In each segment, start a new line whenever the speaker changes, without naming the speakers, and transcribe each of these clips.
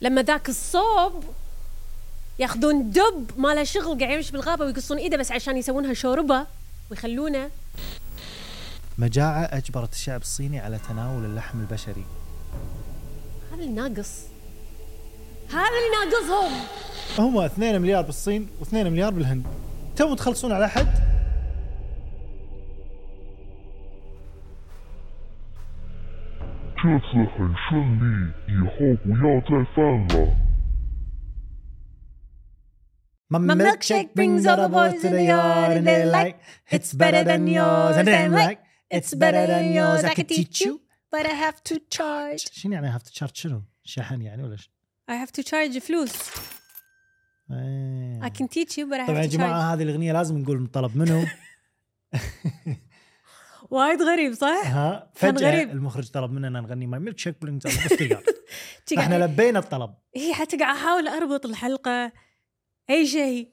لما ذاك الصوب ياخذون دب ما له شغل قاعد يمشي بالغابه ويقصون ايده بس عشان يسوونها شوربه ويخلونه
مجاعة أجبرت الشعب الصيني على تناول اللحم البشري
هذا اللي ناقص هذا اللي ناقصهم
هم 2 مليار بالصين و2 مليار بالهند تو تخلصون على حد
这次很顺利，以后不要再犯了。
My milkshake brings all the boys to the yard and they like it's better than yours and they like it's better than yours I can teach you
but I have to charge
شنو يعني هاف تشارج شنو؟ شحن يعني ولا شنو؟
I have to charge فلوس
إيه.
I can teach you but I have
طبعا يا
to charge
جماعة هذه الأغنية لازم نقول مطلب منه
وايد غريب صح؟
ها
كان
فجأة
غريب.
المخرج طلب مننا نغني ماي ميلك شيك برينجز all the boys to the yard
تقع-
احنا لبينا الطلب
هي حتى قاعد احاول اربط الحلقه اي شيء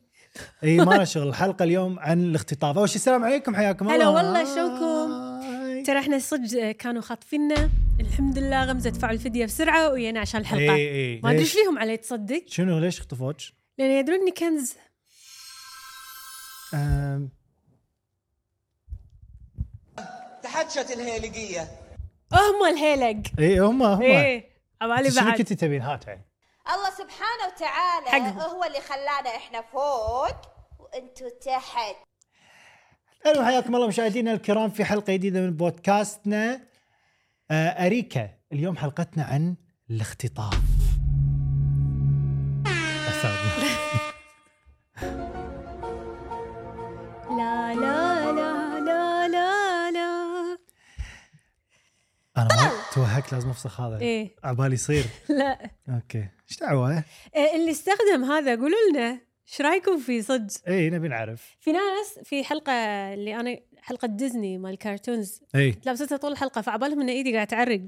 اي إيه، ما له شغل الحلقه اليوم عن الاختطاف اول شيء السلام عليكم حياكم
هلا
الله
والله، شلونكم؟ ترى احنا صدق كانوا خاطفيننا الحمد لله غمزه دفعوا الفديه بسرعه ويانا عشان الحلقه
اي اي
ما ادري
إيه، ليش؟
ايش فيهم علي تصدق
شنو ليش اختطفوك؟
لان يدرون اني كنز
أم،
تحتشت الهيلقية
هم الهيلق
اي إيه، هم هم
ايه ابو علي
شنو
بعد
كنتي تبين هات عين
الله سبحانه وتعالى
حقهم.
هو اللي خلانا احنا فوق وانتوا تحت
الو حياكم الله مشاهدينا الكرام في حلقه جديده من بودكاستنا آه، اريكا اليوم حلقتنا عن الاختطاف أستاذ.
لا لا لا لا لا لا
انا ما توهقت لازم افسخ هذا
ايه
عبالي يصير
لا
اوكي ايش دعوه؟
إيه، اللي استخدم هذا قولوا لنا ايش رايكم فيه صدق
اي إيه، نبي نعرف
في ناس في حلقه اللي انا حلقه ديزني مال الكرتونز
اي
لابستها طول الحلقه فعبالهم ان ايدي قاعده تعرق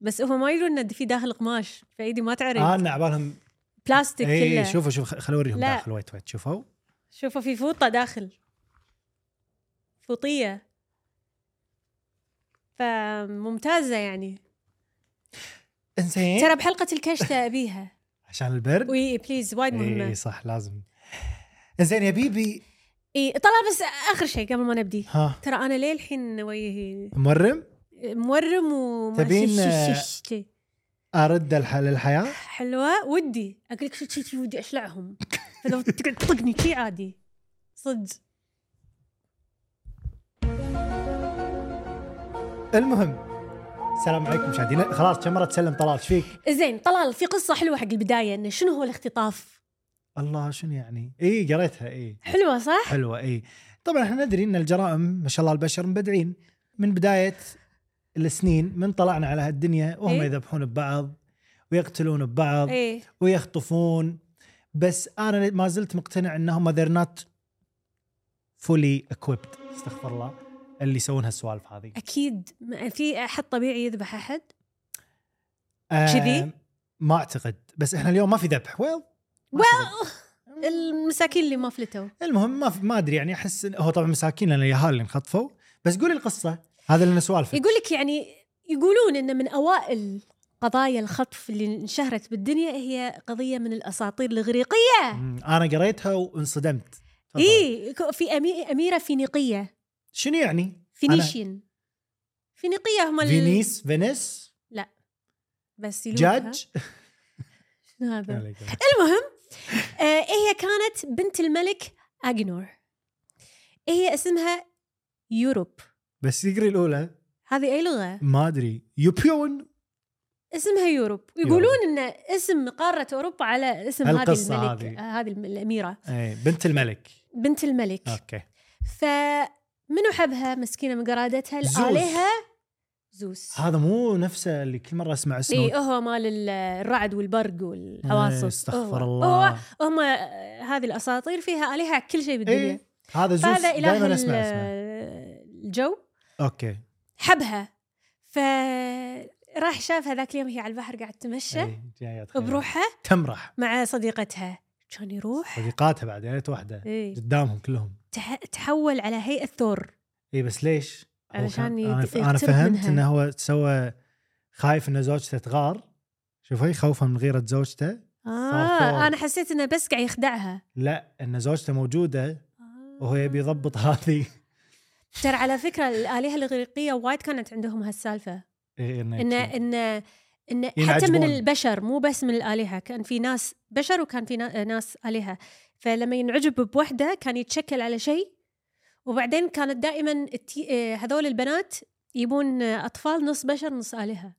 بس هم ما يدرون ان في داخل قماش فايدي ما تعرق
آه إيه، انا عبالهم
بلاستيك
اي
كله شوف.
شوفوا شوفوا خليني اوريهم
لا.
داخل وايت وايت شوفوا
شوفوا في فوطه داخل فوطيه فممتازه يعني
انزين
ترى بحلقه الكشته ابيها
عشان البرد
وي بليز وايد
اي
مهمه
صح لازم انزين يا بيبي
اي طلع بس اخر شيء قبل ما نبدي
ها
ترى انا ليه الحين وي
مرم
مورم وما
تبين-
شش- شش- شش-
ارد الح... للحياه
حلوه ودي اقول لك شو شو- شو ودي اشلعهم فلو تقعد تطقني شي عادي صدق
المهم السلام عليكم مشاهدينا خلاص كم مره تسلم طلال ايش فيك؟
زين طلال في قصه حلوه حق البدايه انه شنو هو الاختطاف
الله شنو يعني؟ اي قريتها اي
حلوه صح
حلوه اي طبعا احنا ندري ان الجرائم ما شاء الله البشر مبدعين من بدايه السنين من طلعنا على هالدنيا وهم
إيه.
يذبحون ببعض ويقتلون ببعض
ايه
ويخطفون بس انا ما زلت مقتنع انهم ذير نوت فولي equipped استغفر الله اللي يسوون هالسوالف هذه
اكيد ما- في احد طبيعي يذبح احد
آه،
كذي؟
ما اعتقد بس احنا اليوم ما في ذبح ويل
ويل المساكين اللي ما فلتوا
المهم ما في ما ادري يعني احس إن- هو طبعا مساكين لان اليهال اللي انخطفوا بس قولي القصه هذا اللي سوالف
يقول لك يعني يقولون ان من اوائل قضايا الخطف اللي انشهرت بالدنيا هي قضيه من الاساطير الاغريقيه
انا قريتها وانصدمت تفضل.
اي إيه، في أمي- اميره فينيقيه
شنو يعني؟
فينيشين فينيقيه هم ال-
فينيس فينيس
بس يلونها.
جاج
شنو هذا المهم آه هي كانت بنت الملك اجنور هي اسمها يوروب
بس يقري الاولى
هذه اي لغه
ما ادري يوبيون
اسمها يوروب يقولون ان اسم قاره اوروبا على اسم هذه
هالقصة
الملك
هذه.
آه، هذه الم- الاميره
اي إيه، بنت الملك
بنت الملك
اوكي
فمنو حبها مسكينه من قرادتها
زوس.
عليها زوس
هذا مو نفسه اللي كل مره اسمع اسمه
اي هو مال ال- الرعد والبرق والعواصف
إيه،
هو-
استغفر الله
هو هم آه، هذه الاساطير فيها الهه كل شيء بالدنيا
اي إيه، هذا زوس
فهذا
دائما
اله
اسمع اسمه
ال- الجو
اوكي
حبها فراح شافها ذاك اليوم هي على البحر قاعد تمشى
إي، جاية تخيل.
بروحها
تمرح
مع صديقتها كان يروح
صديقاتها بعد يا ريت واحده
إيه.
قدامهم كلهم
تح- تحول على هيئه ثور
اي بس ليش؟ هو كان-
علشان يت-
انا ف- انا
يقترب
فهمت
منها.
انه هو سوى خايف ان زوجته تغار شوف هي خوفها من غيرة زوجته صار فوضى.
اه انا حسيت انه بس قاعد يخدعها
لا ان زوجته موجودة وهو يبي يضبط هذه
ترى على فكره الالهه الاغريقيه وايد كانت عندهم هالسالفه
إيه، إنه
ان
يبكي.
ان ان حتى
ينعجبون.
من البشر مو بس من الالهه كان في ناس بشر وكان في نا- ناس الهه فلما ينعجب بوحده كان يتشكل على شيء وبعدين كانت دائما التي- آه، هذول البنات يبون آه، اطفال نص بشر نص الهه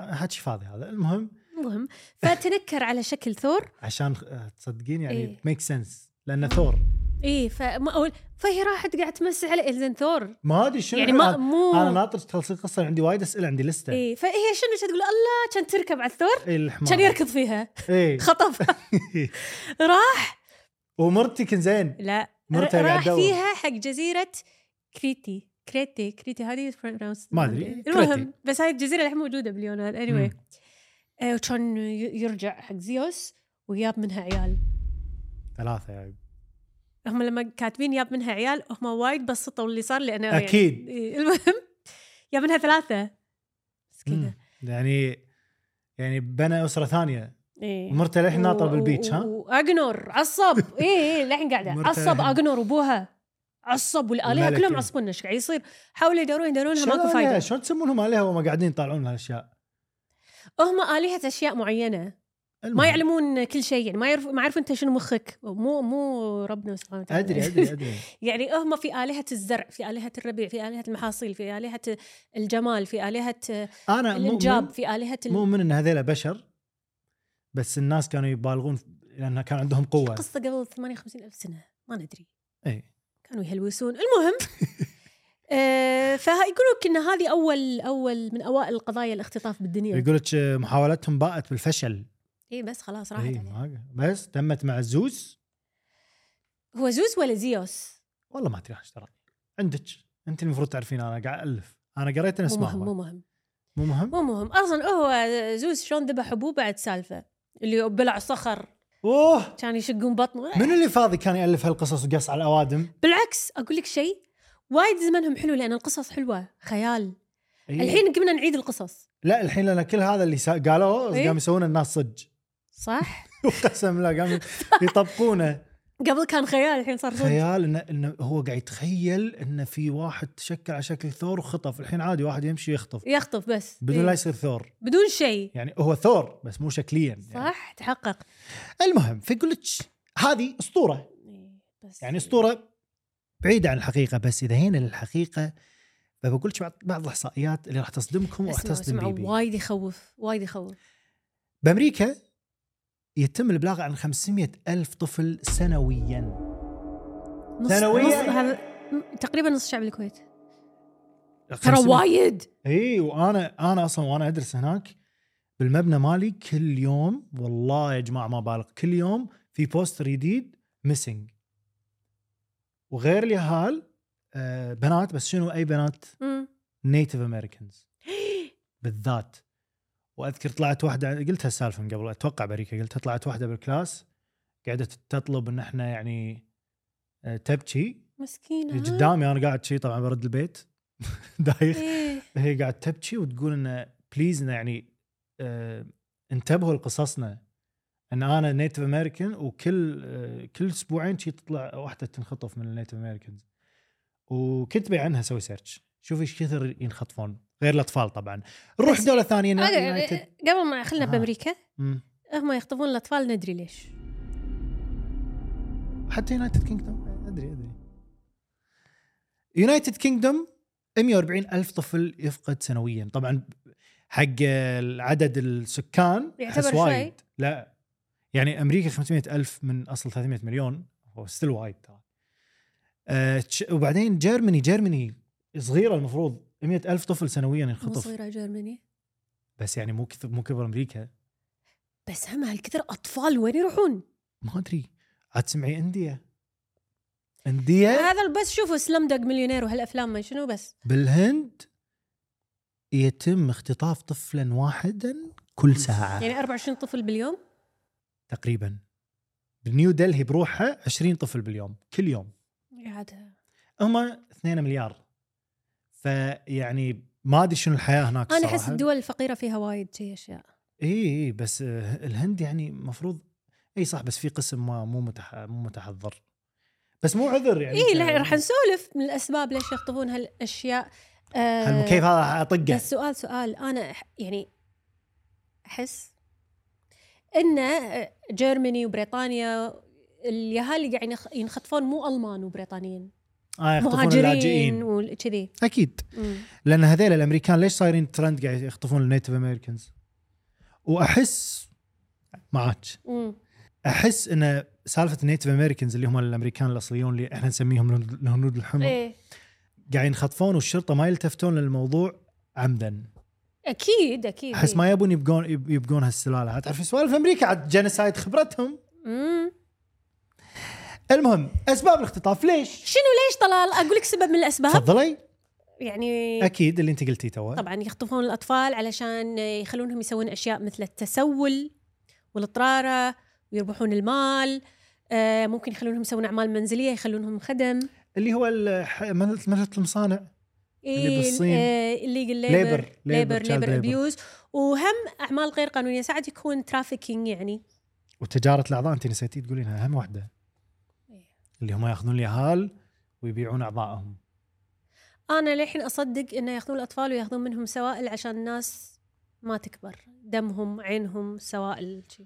هاتشي آه، فاضي هذا المهم
المهم فتنكر على شكل ثور
عشان آه، تصدقين يعني
إيه.
ميك سنس لأنه ثور
اي فما أقول- فهي راحت قاعد تمسح على اذن ثور
ما ادري شنو
يعني ما
أنا-
مو
انا ناطر تخلصين قصه عندي وايد اسئله عندي لسته
اي فهي شنو كانت تقول الله كان تركب على الثور
إيه الحمار
إيه. كان يركض فيها
إيه.
خطفها راح
ومرتي كان زين
لا
مرتها قاعد
راح
تدور.
فيها حق جزيره كريتي كريتي كريتي هذه برونس
ما أدري. كريتي.
المهم بس هاي الجزيره الحين موجوده باليونان اني anyway.
مم.
آه، وكان ي- يرجع حق زيوس وياب منها عيال
ثلاثه يعني
هم لما كاتبين ياب منها عيال هم وايد بسطوا اللي صار لانه يعني-
أكيد.
إيه، المهم ياب منها ثلاثه مسكينه
مم. يعني يعني بنى اسره ثانيه
إيه.
ومرته للحين ناطره
و-
بالبيتش
و-
ها
واجنور عصب اي اي للحين قاعده
مرتاح.
عصب اجنور وابوها عصب والالهه
الملكة.
كلهم عصبون ايش قاعد يصير حاولوا يدورون يدورون لها ماكو
شلون عليها؟
فايده
شلون تسمونهم عليها وهم قاعدين يطالعون هالاشياء
هم الهه اشياء معينه ما
المهم.
يعلمون كل شيء يعني ما يعرف ما يعرف انت شنو مخك مو مو ربنا سبحانه وتعالى
ادري ادري ادري
يعني هم في الهه الزرع في الهه الربيع في الهه المحاصيل في الهه الجمال في الهه
انا
الانجاب
مؤمن
في الهه ال-
مؤمن ان هذيلا بشر بس الناس كانوا يبالغون لان كان عندهم قوه
قصه قبل 58 الف سنه ما ندري
اي
كانوا يهلوسون المهم آه فيقولوا لك ان هذه اول اول من اوائل قضايا الاختطاف بالدنيا
يقول لك آه، محاولتهم باءت بالفشل
اي بس خلاص راحت
اي
عليه
ما بس تمت مع زوس
هو زوس ولا زيوس؟
والله ما ادري ايش ترى عندك انت المفروض تعرفين انا قاعد الف انا قريت
مو
اسمها
مهم مو مهم
مو مهم
مو مهم اصلا هو زوس شلون ذبح ابوه بعد سالفه اللي بلع صخر
اوه
كان يشقون بطنه
من اللي فاضي كان يالف هالقصص وقص على الاوادم
بالعكس اقول لك شيء وايد زمانهم حلو لان القصص حلوه خيال
إيه.
الحين قمنا نعيد القصص
لا الحين لان كل هذا اللي سا... قالوه
إيه.
قاموا يسوون الناس صج
صح
قسم لا قاموا يطبقونه
قبل كان خيال الحين صار صدق
خيال انه انه هو قاعد يتخيل انه في واحد تشكل على شكل ثور وخطف الحين عادي واحد يمشي يخطف
يخطف بس
بدون
إيه.
لا يصير ثور
بدون شيء
يعني هو ثور بس مو شكليا يعني.
صح تحقق
المهم فيقول لك هذه اسطوره
إيه، بس
يعني اسطوره بعيده عن الحقيقه بس اذا هنا للحقيقه فبقول لك بعض بعض الاحصائيات اللي راح تصدمكم وراح
اسمع
تصدم
اسمع
بيبي
وايد يخوف وايد يخوف
بامريكا يتم الابلاغ عن 500 الف طفل سنويا
نص
ثانوية؟
نص هذا م- تقريبا نص شعب الكويت ترى
500.
وايد
اي وانا انا اصلا وانا ادرس هناك بالمبنى مالي كل يوم والله يا جماعه ما بالغ كل يوم في بوستر جديد ميسنج وغير اليهال آه، بنات بس شنو اي بنات
مم.
نيتف امريكانز بالذات واذكر طلعت واحده قلت هالسالفه من قبل اتوقع بريكه قلتها طلعت واحده بالكلاس قاعده تطلب ان احنا يعني آه، تبكي
مسكينه ها؟
قدامي انا قاعد شي طبعا برد البيت دايخ
إيه.
هي قاعد تبكي وتقول انه بليز انه يعني آه انتبهوا لقصصنا ان انا نيتف امريكان وكل آه كل اسبوعين شي تطلع واحده تنخطف من النيتف امريكانز وكتبي عنها سوي سيرش شوفي ايش كثر ينخطفون غير الاطفال طبعا نروح
بس-
دوله ثانيه
أوكي، إيه،
يونايتد
قبل ما خلنا
آه.
بامريكا
مم.
هم يخطفون الاطفال ندري ليش
حتى يونايتد كينجدوم ادري ادري يونايتد كينجدوم 140 الف طفل يفقد سنويا طبعا حق العدد السكان
يعتبر
أحس
شوي.
وايد. لا يعني امريكا 500 الف من اصل 300 مليون هو ستيل وايد ترى أه تش- وبعدين جيرماني جيرماني صغيره المفروض 100 الف طفل سنويا
مو
ينخطف
صغيره جرماني
بس يعني مو كثر مو كبر امريكا
بس هم هالكثر اطفال وين يروحون؟
ما ادري عاد سمعي انديا انديا
هذا بس شوفوا سلم دوج مليونير وهالافلام ما شنو بس
بالهند يتم اختطاف طفلا واحدا كل ساعة
يعني 24 طفل باليوم
تقريبا بنيو دلهي بروحها 20 طفل باليوم كل يوم
عاد
هم 2 مليار فيعني ما ادري شنو الحياة هناك
انا احس
صراحة.
الدول الفقيره فيها وايد شي اشياء
اي اي بس آه، الهند يعني المفروض اي صح بس في قسم ما مو متح... مو متحضر بس مو عذر يعني
اي
أنت-
لا إيه، راح نسولف من الاسباب ليش يخطفون هالاشياء آه،
هل- كيف هذا اطقه
بس سؤال سؤال انا أح- يعني احس ان آه، جيرماني وبريطانيا اليهال اللي قاعد ينخ- ينخطفون مو المان وبريطانيين
اه يخطفون
مهاجرين
اللاجئين
وكذي
اكيد لان هذيل الامريكان ليش صايرين ترند قاعد يخطفون النيتف امريكانز واحس معك احس ان سالفه النيتف امريكانز اللي هم الامريكان الاصليون اللي احنا نسميهم الهنود الحمر
ايه
قاعدين ينخطفون والشرطه ما يلتفتون للموضوع عمدا
اكيد اكيد
احس ما يبون يبقون يب- يبقون هالسلاله تعرف سوالف امريكا عاد جنسايد خبرتهم
مم.
المهم اسباب الاختطاف ليش؟
شنو ليش طلال اقول لك سبب من الاسباب
تفضلي
يعني
اكيد اللي انت قلتيه تو
طبعا يخطفون الاطفال علشان يخلونهم يسوون اشياء مثل التسول والاطراره ويربحون المال آه، ممكن يخلونهم يسوون اعمال منزليه يخلونهم خدم
اللي هو الح- مهنه مهنة المصانع اللي بالصين.
الليجل
Labor-
ليبر
labor,
ليبر
child
ليبر
labor.
ابيوز وهم اعمال غير قانونيه ساعات يكون ترافيكينج يعني
وتجاره الاعضاء انت نسيتي تقولينها اهم واحده
إيه.
اللي هم ياخذون اليهال ويبيعون اعضائهم
انا للحين اصدق انه ياخذون الاطفال وياخذون منهم سوائل عشان الناس ما تكبر دمهم عينهم سوائل شي.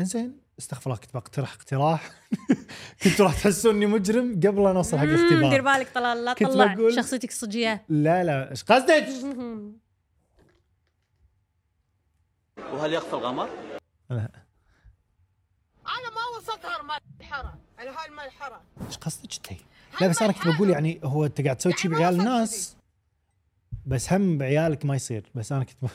انزين استغفر الله كنت بقترح اقتراح كنت راح تحسون اني مجرم قبل لا نوصل حق
مم، دير
الاختبار
بالك طلال لا
كنت
تطلع
بقول-
شخصيتك الصجيه
لا لا ايش قصدك؟
وهل يخفى الغمر؟
لا
انا ما وصلتها الملحره انا هاي الملحره
ايش قصدك انت؟ لا بس انا كنت بقول يعني هو انت قاعد تسوي شي بعيال الناس بس هم بعيالك ما يصير بس انا كنت ب...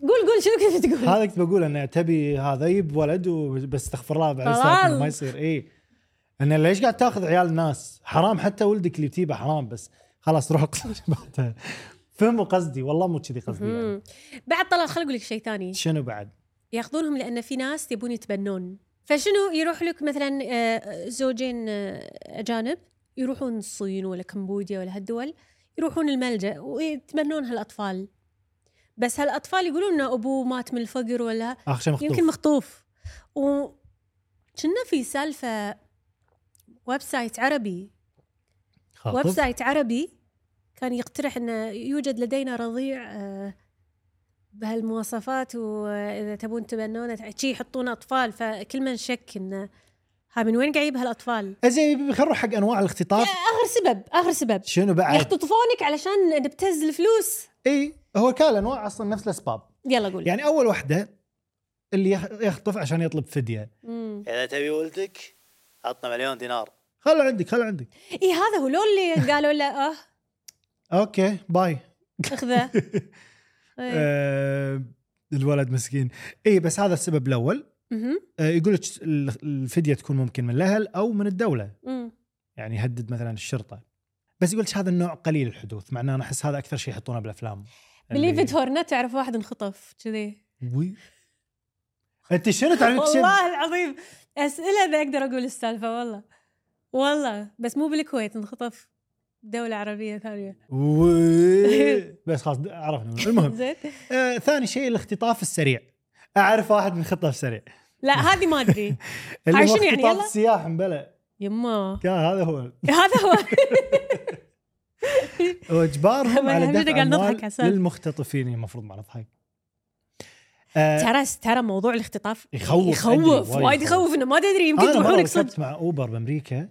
قول قول شنو كنت تقول؟
هذا كنت بقول انه تبي هذا يب ولد وبس استغفر الله بعد
طلال.
ساعات إنه ما يصير اي انه ليش قاعد تاخذ عيال الناس؟ حرام حتى ولدك اللي بتيبه حرام بس خلاص روح القصة بعدها فهموا قصدي والله مو كذي قصدي يعني.
مم. بعد طلال خل اقول لك شيء ثاني
شنو بعد؟
ياخذونهم لان في ناس يبون يتبنون فشنو يروح لك مثلا آه، زوجين آه، اجانب يروحون الصين ولا كمبوديا ولا هالدول يروحون الملجا ويتبنون هالاطفال بس هالاطفال يقولون ان ابوه مات من الفقر ولا
اخر شيء مخطوف
يمكن مخطوف و كنا في سالفه ويب سايت عربي
خاطب؟
ويب سايت عربي كان يقترح انه يوجد لدينا رضيع آه، بهالمواصفات واذا تبون تبنونه تع- شي يحطون اطفال فكل من شك انه ها من وين قاعد يجيب هالاطفال؟
زين خلينا نروح حق انواع الاختطاف
اخر سبب اخر سبب
شنو بعد؟
يختطفونك علشان نبتز الفلوس
اي هو كان الانواع اصلا نفس الاسباب
يلا قول
يعني اول وحده اللي يخ- يخطف عشان يطلب فديه
مم.
اذا تبي ولدك عطنا مليون دينار
خلو عندك خلو عندك
اي إيه، هذا هو لو اللي قالوا له اه
اوكي باي
اخذه إيه.
آه الولد مسكين اي بس هذا السبب الاول
مهم.
آه يقول لك ال- الفديه تكون ممكن من الاهل او من الدوله
مم.
يعني يهدد مثلا الشرطه بس يقول لك هذا النوع قليل الحدوث مع ان انا احس هذا اكثر شيء يحطونه بالافلام
بليف ات
اللي-
اور نوت تعرف واحد انخطف كذي
وي. انت شنو تعرفين
والله العظيم اسئله اذا اقدر اقول السالفه والله والله بس مو بالكويت انخطف دولة عربية ثانية
وي. بس خلاص عرفنا المهم
زين
آه ثاني شيء الاختطاف السريع اعرف واحد من خطف سريع
لا هذه ما ادري
اللي هو
عايشين يعني،
اختطاف
يلا.
السياح مبلى
يما
كان هذا هو
هذا هو
واجبارهم
طبعاً
على
احنا
دفع
قاعد نضحك
اموال
عسل.
للمختطفين المفروض ما نضحك آه
ترى ترى موضوع الاختطاف
يخوف
يخوف
أدري،
وايد يخوف انه ما تدري يمكن
انا مره
يروحونك صدق
ركبت مع اوبر بامريكا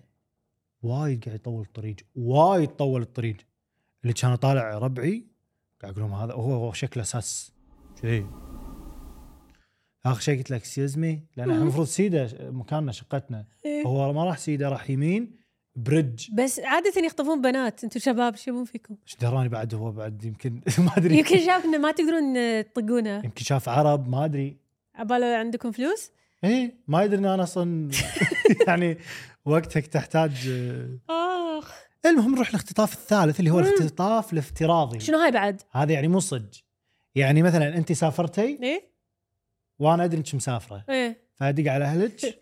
وايد قاعد يطول الطريق وايد طول الطريق اللي كان طالع ربعي قاعد اقول لهم هذا هو هو شكله ساس كذي اخر شيء قلت لك اكسكيوز مي لان احنا المفروض سيده مكاننا شقتنا
إيه.
هو ما راح سيده راح يمين برج
بس عادة يخطفون بنات انتم شباب شو يبون فيكم
ايش دراني بعد هو بعد يمكن ما ادري
يمكن شاف انه ما تقدرون آه، تطقونه
يمكن شاف عرب ما ادري
عباله عندكم فلوس
ايه ما يدري ان انا اصلا يعني وقتك تحتاج آه.
اخ
المهم نروح الاختطاف الثالث اللي هو
مم.
الاختطاف الافتراضي
شنو هاي بعد؟
هذا يعني مو صج يعني مثلا انت سافرتي
ايه
وانا ادري انك مسافره
ايه
فادق على اهلك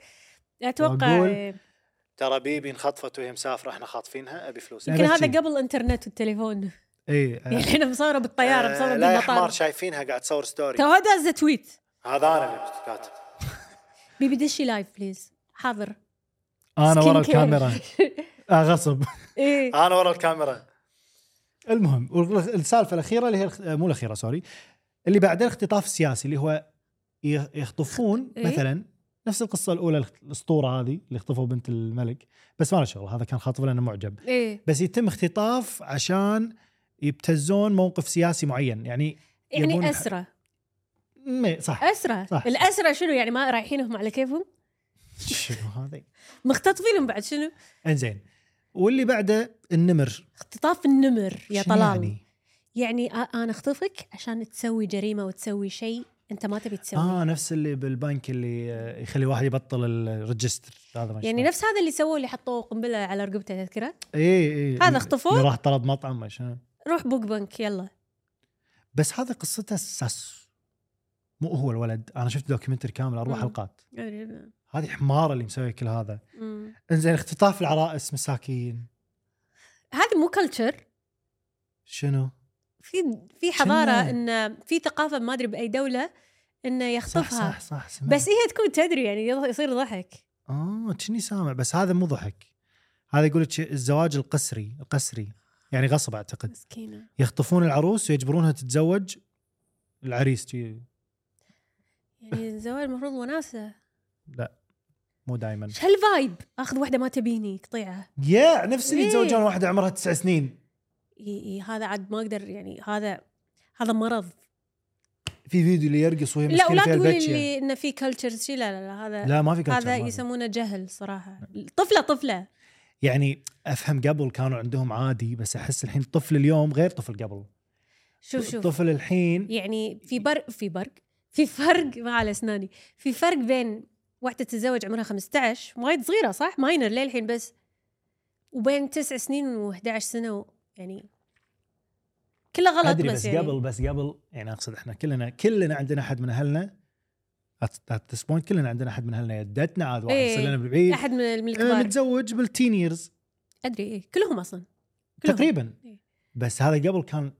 اتوقع
وأقول-
إيه.
ترى بيبي انخطفت وهي مسافره احنا خاطفينها ابي فلوس
يمكن
أبتشي.
هذا قبل الانترنت والتليفون
اي آه.
يعني احنا مصوره بالطياره مصوره
لا يا حمار
بالمطار
شايفينها قاعد تصور ستوري
تو هذا از تويت
هذا انا اللي كنت كاتب
بيبي دشي لايف بليز حاضر
انا ورا
Skin care.
الكاميرا آه غصب
ايه
انا ورا الكاميرا
المهم والسالفه الاخيره اللي هي الخ- مو الاخيره سوري اللي بعدها الاختطاف السياسي اللي هو يخ- يخطفون
إيه؟
مثلا نفس القصه الاولى الاخت- الاسطوره هذه اللي خطفوا بنت الملك بس ما له شغل هذا كان خاطف لانه معجب
ايه
بس يتم اختطاف عشان يبتزون موقف سياسي معين يعني يبون-
يعني اسرى
م- صح
اسرى
صح.
الاسرى شنو يعني ما رايحينهم على كيفهم
شنو هذا
مختطفينهم بعد شنو
انزين واللي بعده النمر
اختطاف النمر يا
شنو
طلال يعني, يعني أ- انا اخطفك عشان تسوي جريمه وتسوي شيء انت ما تبي تسويه
اه نفس اللي بالبنك اللي آه، يخلي واحد يبطل الريجستر هذا ما
يعني
شلون.
نفس هذا اللي سووه اللي حطوه قنبله على رقبته تذكره
اي اي
هذا اخطفوه؟
اللي راح إيه، طلب مطعم ما شلون.
روح بوك بنك يلا
بس هذا قصته ساس مو هو الولد انا شفت دوكيومنتري كامل اربع
مم.
حلقات هذه حماره اللي مسوي كل هذا
أمم.
انزين اختطاف العرائس مساكين
هذا مو كلتشر
شنو
في في حضاره
شنو؟
ان في ثقافه ما ادري باي دوله انه
صح
يخطفها
صح صح سمعت.
بس هي تكون تدري يعني يض- يصير ضحك
اه كني سامع بس هذا مو ضحك هذا يقول لك الزواج القسري القسري يعني غصب اعتقد
مسكينه
يخطفون العروس ويجبرونها تتزوج العريس جي
يعني الزواج المفروض وناسه
مو دائما
ايش هالفايب اخذ واحدة ما تبيني قطيعه
يا نفس اللي
إيه.
يتزوجون واحده عمرها تسع سنين
إي إي هذا عاد ما اقدر يعني هذا هذا مرض
في فيديو اللي يرقص وهي
لا
مسكينه
ولا
فيها
تقولي
البتشة.
لي انه في كلتشرز شي لا لا لا هذا
لا ما في culture،
هذا
ما في.
يسمونه جهل صراحه طفله طفله
يعني افهم قبل كانوا عندهم عادي بس احس الحين طفل اليوم غير طفل قبل
شوف شوف
طفل الحين
يعني في برق في برق في فرق ما على اسناني في فرق بين واحدة تتزوج عمرها 15 وايد صغيرة صح ماينر للحين بس وبين تسع سنين و11 سنة و- يعني كله غلط
ادري بس
يعني.
قبل بس قبل يعني اقصد احنا كلنا كلنا عندنا احد من اهلنا ات ذس بوينت كلنا عندنا احد من اهلنا يدتنا عاد واحد
إيه.
صار لنا بالبعيد
احد من من
آه،
الكبار
متزوج بالتين ييرز
ادري إيه كلهم اصلا كلهم.
تقريبا
إيه.
بس هذا قبل كان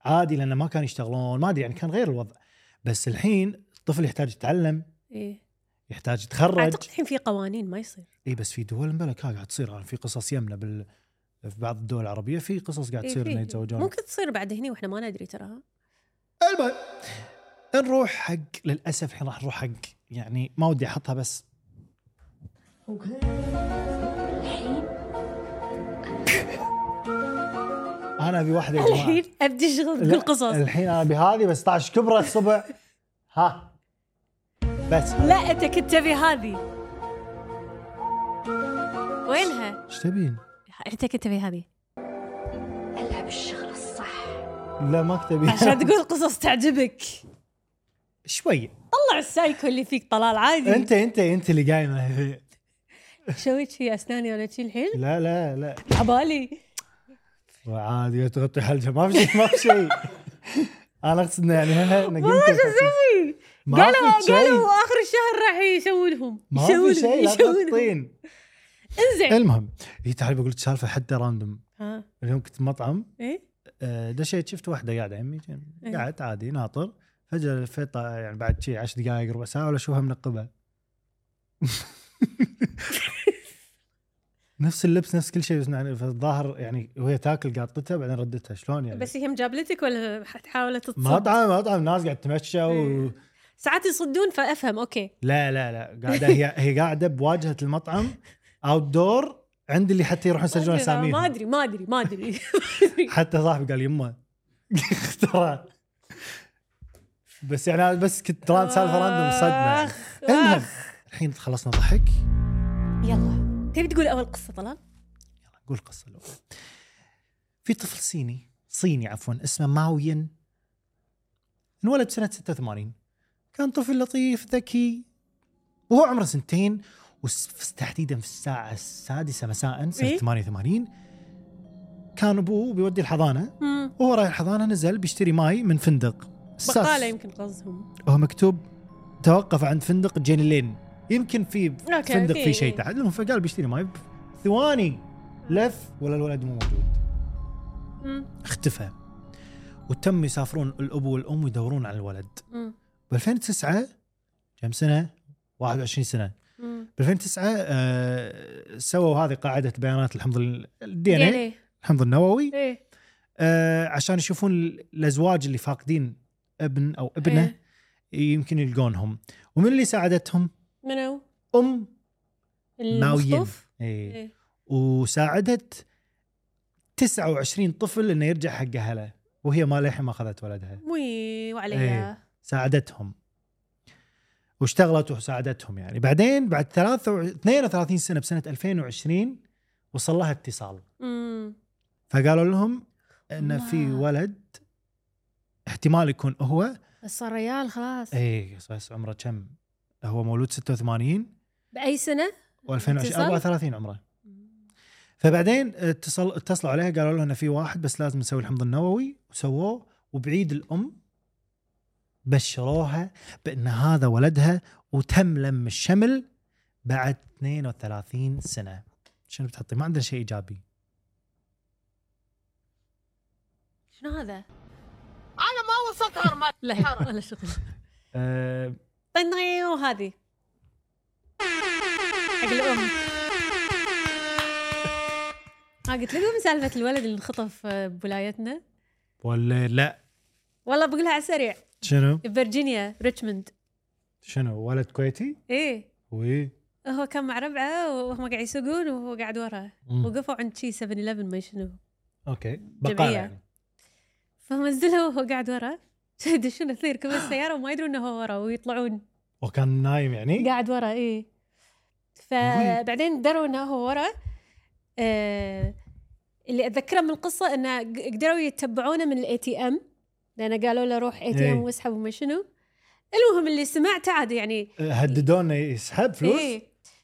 عادي لانه ما كانوا يشتغلون ما ادري يعني كان غير الوضع بس الحين الطفل يحتاج يتعلم
إيه.
يحتاج يتخرج
اعتقد الحين في قوانين ما يصير
اي بس في دول ملك قاعد تصير يعني في قصص يمنى بال في بعض الدول العربيه في قصص قاعد
إيه،
تصير
في-
انه يتزوجون
ممكن تصير بعد هني واحنا ما ندري تراها
المهم نروح حق للاسف الحين راح نروح حق يعني ما ودي احطها بس انا ابي واحده يا جماعه
الحين ابدي شغل
لا،
تقول قصص
الحين انا ابي هذه بس 12 كبره الصبح ها بس
لا انت كنت تبي هذه وينها؟
ايش تبين؟
انت كنت تبي هذه
العب الشغل الصح
لا ما كتبين
عشان تقول قصص تعجبك
شوي
طلع السايكو اللي فيك طلال عادي
انت انت انت اللي قايمه
شويت في اسناني انا شي الحين
لا لا لا
عبالي
وعادي تغطي حلجها ما في شيء ما في شيء انا اقصد إنه يعني ها- إنه
والله
قلت-
شو اسوي؟
ما
قالوا
في شيء.
قالوا اخر الشهر راح يسوونهم
ما في شيء لا
يسوونهم
تطين
انزين
المهم هي تعال بقول لك سالفه حتى راندوم
ها
اليوم كنت مطعم
ايه
آه، دشيت شفت واحده قاعده عمي
إيه.
قعدت عادي ناطر فجاه الفيطه يعني بعد شي 10 دقائق ربع ساعه ولا اشوفها منقبه نفس اللبس نفس كل شيء بس يعني فالظاهر يعني وهي تاكل قاطتها بعدين ردتها شلون يعني
بس هي مجابلتك ولا حتحاول تتصد؟
مطعم مطعم ناس قاعد تمشى و...
إيه. ساعات يصدون فافهم اوكي
لا لا لا قاعده هي هي قاعده بواجهه المطعم اوت دور عند اللي حتى يروحون يسجلون
آه، ما
اساميهم
ادري ما ادري ما ادري
حتى صاحبي قال يمه ترى بس يعني أنا بس كنت راند سالفه راندوم صدمه
اخ
المهم
اخ
الحين خلصنا ضحك
يلا تبي تقول اول قصه طلال؟
يلا قول القصه الاولى في طفل صيني صيني عفوا اسمه ماوين انولد سنه 86 كان طفل لطيف ذكي وهو عمره سنتين وس- تحديدا في الساعه السادسه مساء سنه
إيه؟
88 كان ابوه بيودي الحضانه
مم.
وهو رايح الحضانه نزل بيشتري ماي من فندق الساس.
بقاله يمكن قصدهم
هو مكتوب توقف عند فندق جينلين يمكن في
أوكي،
فندق
في-
في شيء
إيه.
تحت المهم فقال بيشتري ماي ثواني لف ولا الولد مو موجود
مم.
اختفى وتم يسافرون الاب والام يدورون على الولد
مم.
ب 2009 كم سنه 21 سنه
مم.
ب 2009 آه سووا هذه قاعده بيانات الحمض الدي ان
DNA.
الحمض النووي
إيه.
آه عشان يشوفون ال- الازواج اللي فاقدين ابن او ابنه
إيه.
يمكن يلقونهم ومن اللي ساعدتهم
منو؟
ام ماويين
المخطوف
إيه.
إيه.
وساعدت 29 طفل انه يرجع حق اهله وهي ما للحين ما اخذت ولدها
وي
إيه.
وعليها
ساعدتهم واشتغلت وساعدتهم يعني بعدين بعد 3 32 سنه بسنه 2020 وصل لها اتصال
مم.
فقالوا لهم ان في
الله.
ولد احتمال يكون هو
بس صار ريال خلاص
اي بس إيه، عمره كم هو مولود 86
باي سنه؟
و2020
اتصل؟
34 عمره فبعدين اتصل اتصلوا عليها قالوا لها انه في واحد بس لازم نسوي الحمض النووي وسووه وبعيد الام بشروها بان هذا ولدها وتم لم الشمل بعد 32 سنه شنو بتحطي ما عندنا شيء ايجابي
شنو هذا؟
انا ما وصلت هرمله
لا ما له شغل
أه
طني وهذه حق الام ها آه، قلت لكم سالفه الولد اللي انخطف آه، بولايتنا
ولا لا
والله بقولها على السريع
شنو
بفرجينيا ريتشموند
شنو ولد كويتي
ايه
وي
هو كان مع ربعه وهم قاعد يسوقون وهو قاعد وراه
مم.
وقفوا عند شي 7 11 ما شنو
اوكي بقاله
جمعية.
يعني
فنزلوا وهو قاعد وراه يدشون اثنين كم السياره وما يدرون انه هو ورا ويطلعون
وكان نايم يعني
قاعد ورا ايه فبعدين دروا انه هو ورا آه اللي اتذكره من القصه انه ق- قدروا يتبعونه من الاي تي ام لانه قالوا له روح اي تي
إيه.
ام واسحب وما شنو المهم اللي سمعته عاد يعني
أه، هددونا يسحب فلوس
ايه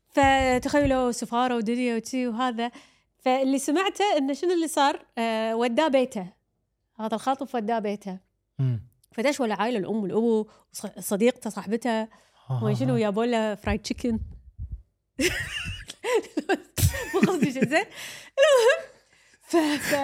فتخيلوا سفاره ودنيا وشي وهذا فاللي سمعته انه شنو اللي صار آه وداه بيته هذا الخاطف وداه بيته
مم.
فدش ولا عائله الام والابو وص- صديقته صاحبته
آه،
ما شنو جابوا له فرايد تشيكن مو قصدي شيء زين المهم ف ف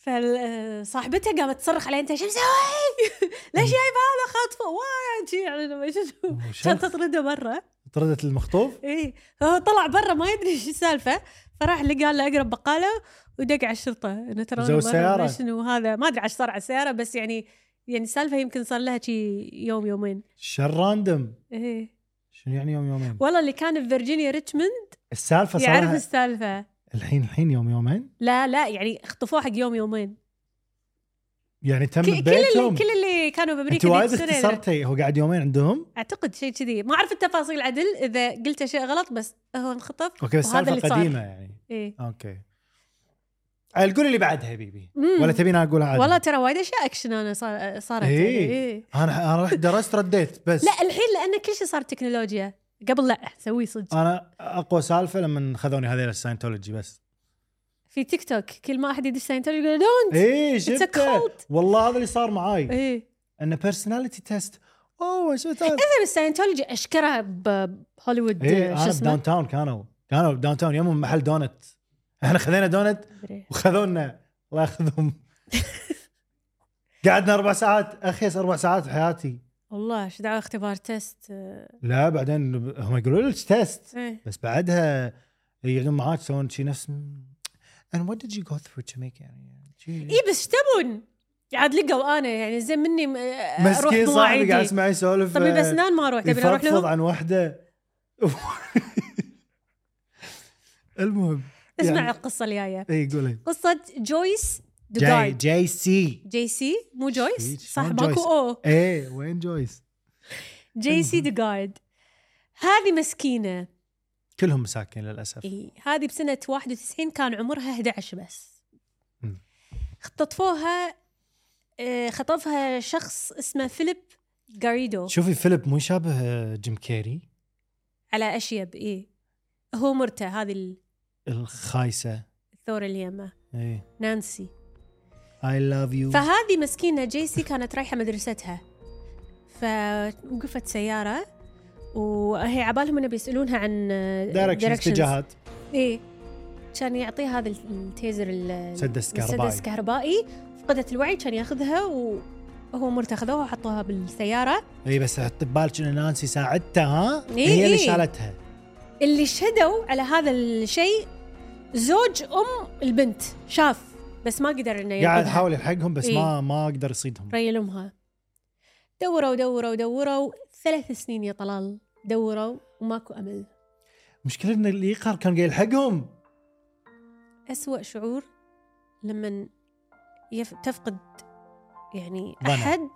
فصاحبتها قامت تصرخ عليه انت شو مسوي؟ ليش جايب هذا خاطفه؟ وايد شي يعني ما شنو
وشخ.
كانت تطرده برا
طردت المخطوف
اي هو إيه. طلع برا ما يدري ايش السالفه فراح لقى له اقرب بقاله ودق على الشرطه انه ترى
زو
انا برا
السيارة.
ما شنو هذا ما ادري عش صار على السياره بس يعني يعني السالفه يمكن صار لها شي يوم يومين
شر راندم
ايه
شنو يعني يوم يومين؟
والله اللي كان في فيرجينيا ريتشموند
السالفه صار
يعرف
لها-
السالفه
الحين الحين يوم يومين
لا لا يعني خطفوه حق يوم يومين
يعني تم
كل كل اللي
بيتهم
كل اللي كانوا
انت
بامريكا
وايد
ذيك السنة.
اختصرتي هو قاعد يومين عندهم
اعتقد شيء كذي ما اعرف التفاصيل عدل اذا قلت شيء غلط بس هو انخطف
اوكي بس
وهذا
سالفه
اللي صار.
قديمه يعني
ايه
اوكي عيل، قولي اللي بعدها يا بيبي
مم.
ولا تبين اقول عادي
والله ترى وايد اشياء اكشن انا صار صارت يعني،
إيه.
إيه.
انا انا رحت درست رديت بس
لا الحين لان كل شيء صار تكنولوجيا قبل لا سوي صدق
انا اقوى سالفه لما خذوني هذيل الساينتولوجي بس
في تيك توك كل ما احد يدش ساينتولوجي يقول دونت
ايه
a
شفته
cult.
والله هذا اللي صار معاي
ايه
انه بيرسوناليتي تيست اوه شو صار؟
اذا الساينتولوجي اشكرها ب- بهوليوود
ايه
آه، شو
انا
اسمه
بداون تاون كانوا كانوا بداون تاون يمهم محل دونت احنا خذينا دونت وخذونا الله ياخذهم قعدنا اربع ساعات اخيس اربع ساعات بحياتي
والله ايش دعوه اختبار تيست آه،
لا بعدين هم يقولوا لك تيست
إيه.
بس بعدها يقعدون معاك يسوون شيء نفس and what did you go through to make يعني شي-
اي إيه، بس ايش تبون؟ عاد لقوا انا يعني زين مني م- آه، اروح
مسكين صاحبي قاعد
مواعيدي
اسمعه يسولف
طبيب
آه،
اسنان طيب، ما اروح تبي اروح
يفضفض
لهم
عن وحده المهم إيه،
اسمع القصه الجايه
اي قولي
قصه جويس
يعني. جاي
دوغارد
جاي سي
جي سي مو
شيت،
جويس صح
شلون
ماكو
جويس؟
او
ايه وين جويس؟
جي سي ديغارد هذه مسكينه
كلهم مساكين للاسف
اي هذه بسنه 91 كان عمرها 11 بس
مم.
خطفوها آه، خطفها شخص اسمه فيليب غاريدو
شوفي فيليب مو يشابه آه، جيم كيري
على اشيب اي هو مرته هذه
الخايسه
الثوره اللي يمه
ايه
نانسي
اي لاف يو
فهذه مسكينه جيسي كانت رايحه مدرستها فوقفت سياره وهي عبالهم انه بيسالونها عن آه،
دايركشنز
directions.
اتجاهات
ايه كان يعطيه هذا التيزر ال-
مسدس كهربائي.
مسدس كهربائي فقدت الوعي كان ياخذها و... هو مرته خذوها وحطوها بالسياره
اي إيه، بس حط ببالك ان نانسي ساعدتها ها
إي
هي اللي
إي.
شالتها
اللي شدوا على هذا الشيء زوج ام البنت شاف بس ما قدر انه
قاعد
ينقذها.
احاول الحقهم بس
إي.
ما ما اقدر اصيدهم
ريل امها دوروا دوروا دوروا ثلاث سنين يا طلال دوروا وماكو امل
مشكلة ان اللي يقهر كان قاعد يلحقهم
أسوأ شعور لما يف... تفقد يعني
ظنه.
احد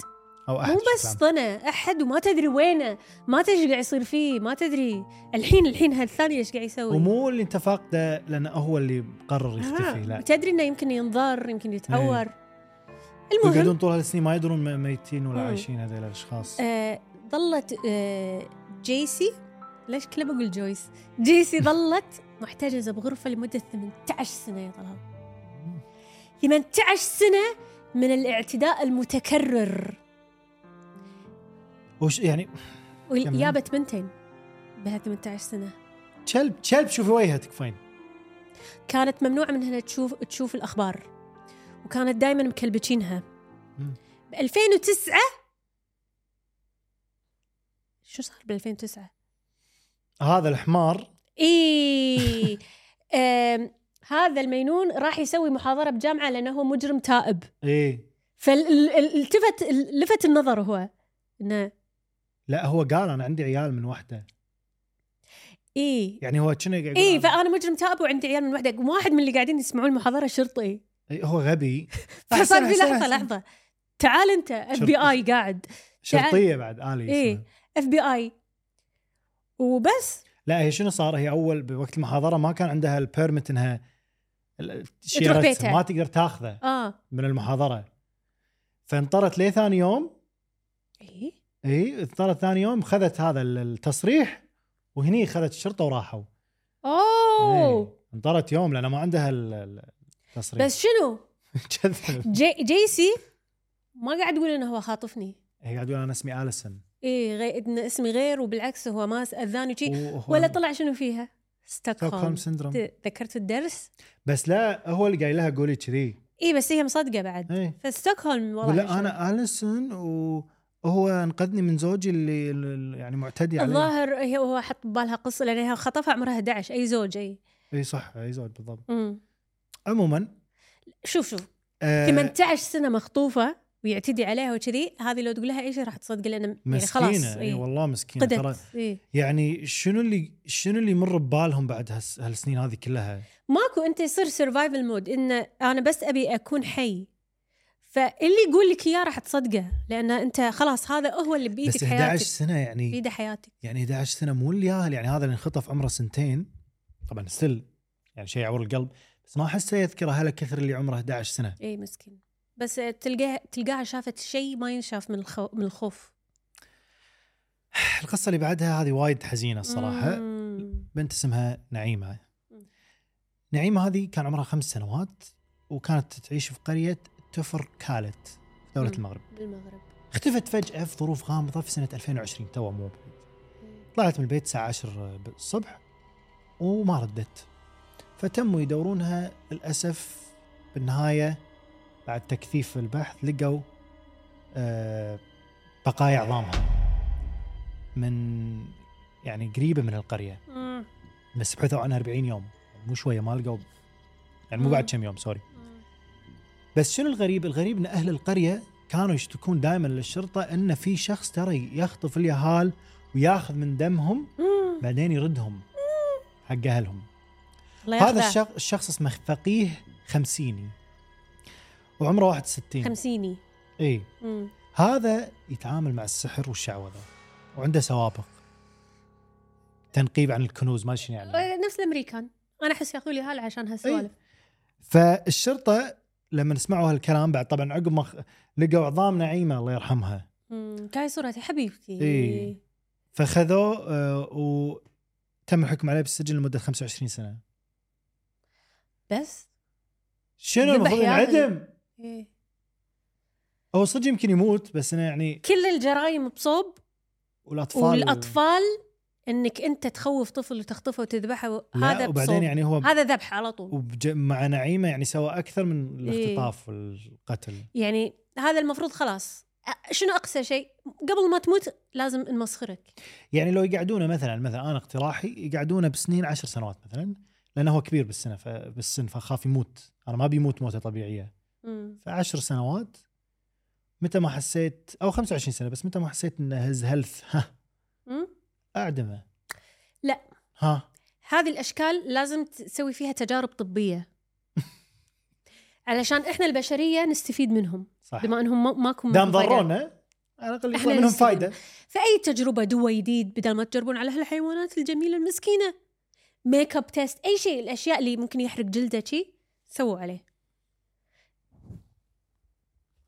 او احد
مو
شكلاً.
بس ظنه احد وما تدري وينه ما تدري ايش قاعد يصير فيه ما تدري الحين الحين هالثاني ايش قاعد يسوي
ومو اللي انت فاقده لانه هو اللي مقرر يختفي لا
تدري انه يمكن ينضر يمكن يتعور المهم
إيه. يقعدون طول هالسنين ما يدرون م- ميتين ولا
مم.
عايشين هذول الاشخاص
آه، ظلت آه، جيسي ليش كله بقول جويس جيسي ظلت محتجزة بغرفة لمدة 18 سنة يا طلال 18 سنة من الاعتداء المتكرر
وش يعني كم؟
وجابت بنتين بها 18 سنة
كلب كلب شوفي وجهها تكفين
كانت ممنوعة من هنا تشوف تشوف الأخبار وكانت دائما مكلبتينها
مم.
ب 2009 شو صار ب 2009
هذا الحمار
اي إيه. آم، هذا المينون راح يسوي محاضره بجامعه لانه هو مجرم تائب
ايه
فالتفت لفت النظر هو انه
لا هو قال انا عندي عيال من وحده
اي
يعني هو كنا قاعد يقول
اي
أنا-
فانا إيه. مجرم تائب وعندي عيال من وحده واحد من اللي قاعدين يسمعون المحاضره شرطي
إيه، هو غبي
يعني- فصار في
أحسن،
لحظه
أحسن.
لحظه تعال انت اف بي اي قاعد
شرطيه بعد الي
إيه.
اسمها.
اف بي اي وبس
لا هي شنو صار هي اول بوقت المحاضره ما كان عندها البيرمت انها ال- شيرتها،
تروح بيتها.
ما تقدر تاخذه
اه
من المحاضره فانطرت ليه ثاني يوم إيه؟
اي
اي انطرت ثاني يوم خذت هذا ال- التصريح وهني خذت الشرطه وراحوا
اوه
إيه. طيب. انطرت يوم لان ما عندها ال- ال- التصريح
بس شنو
كذب
جي جيسي ما قاعد يقول انه هو خاطفني
هي قاعد تقول انا اسمي اليسون
ايه غي... إن اسمي غير وبالعكس هو ما س- اذاني شي
وهو-
ولا طلع شنو فيها ستوكهولم
ستوكهولم سندروم
ت- تذكرت الدرس
بس لا هو اللي قايل لها قولي كذي
ايه بس هي مصدقه بعد
ايه
فستوكهولم والله
ولا انا اليسون وهو انقذني من زوجي اللي اللي يعني معتدي عليه
الظاهر هي هو حط ببالها قصه لانها خطفها عمرها 11 اي زوج اي
اي صح اي زوج بالضبط
أمم.
عموما
شوف شوف
آه
18 سنه مخطوفه ويعتدي عليها وكذي هذه لو تقول لها اي شيء راح تصدق لان يعني خلاص
مسكينه اي
إيه.
والله مسكينه ترى
قدت إيه.
يعني شنو اللي شنو اللي يمر ببالهم بعد هالس- هالسنين هذه كلها
ماكو انت يصير سرفايفل مود ان انا بس ابي اكون حي فاللي يقول لك اياه راح تصدقه لان انت خلاص هذا هو اللي
بس
بايدك
11
حياتك
سنه يعني
بايده حياتك
يعني 11 سنه مو اللي ياهل يعني هذا اللي انخطف عمره سنتين طبعا ستيل يعني شيء يعور القلب بس ما احسه يذكره هلا كثر اللي عمره 11 سنه
اي إيه، مسكين بس تلقاها تلقاها شافت شيء ما ينشاف من الخو... من الخوف
القصه اللي بعدها هذه وايد حزينه الصراحه
مم.
بنت اسمها نعيمه نعيمه هذه كان عمرها خمس سنوات وكانت تعيش في قريه تفر كالت في دوله
مم.
المغرب
بالمغرب
اختفت فجأة في ظروف غامضة في سنة 2020 تو مو بعيد. طلعت من البيت الساعة 10 الصبح وما ردت. فتموا يدورونها للأسف بالنهاية بعد تكثيف البحث لقوا آه، بقايا عظامها من يعني قريبة من القرية
مم.
بس بحثوا عنها 40 يوم مو شوية ما لقوا يعني مو بعد كم يوم سوري بس شنو الغريب؟ الغريب ان اهل القريه كانوا يشتكون دائما للشرطه ان في شخص ترى يخطف اليهال وياخذ من دمهم
مم.
بعدين يردهم حق اهلهم.
الله
هذا
ياخذه
الشخص الشخص اسمه فقيه خمسيني وعمره 61
خمسيني
اي
مم.
هذا يتعامل مع السحر والشعوذه وعنده سوابق تنقيب عن الكنوز ما أدري شنو يعني
آه، نفس الامريكان انا احس ياخذوا لي هال عشان هالسوالف
فالشرطه لما سمعوا هالكلام بعد طبعا عقب ما خ- لقوا عظام نعيمه الله يرحمها
مم. كاي صورتي حبيبتي
إي. فخذوه آه، وتم الحكم عليه بالسجن لمده 25 سنه
بس
شنو
ذبح
المفروض
ياهل.
ينعدم
إيه.
هو صدق يمكن يموت بس انه يعني
كل الجرايم بصوب
والاطفال
والاطفال انك انت تخوف طفل وتخطفه وتذبحه
لا،
هذا
وبعدين
بصوب.
يعني هو
هذا ذبح على طول
وبج... مع نعيمه يعني سوى اكثر من
إيه.
الاختطاف والقتل
يعني هذا المفروض خلاص شنو اقصى شيء قبل ما تموت لازم نمسخرك
يعني لو يقعدونه مثلا مثلا انا اقتراحي يقعدونه بسنين عشر سنوات مثلا لانه هو كبير بالسنه ف... بالسن فخاف يموت انا ما بيموت موته طبيعيه
مم.
فعشر سنوات متى ما حسيت او 25 سنه بس متى ما حسيت ان هز هيلث ها
مم.
اعدمه
لا.
ها
هذه الاشكال لازم تسوي فيها تجارب طبيه علشان احنا البشريه نستفيد منهم
صح
بما انهم ما- ماكم
دام
منهم فايدة.
ضرونا على الاقل يطلع
إحنا
منهم
نستفيد.
فايده
فاي تجربه دواء جديد بدل ما تجربون على هالحيوانات الجميله المسكينه ميك اب تيست اي شيء الاشياء اللي ممكن يحرق جلده شي سووا عليه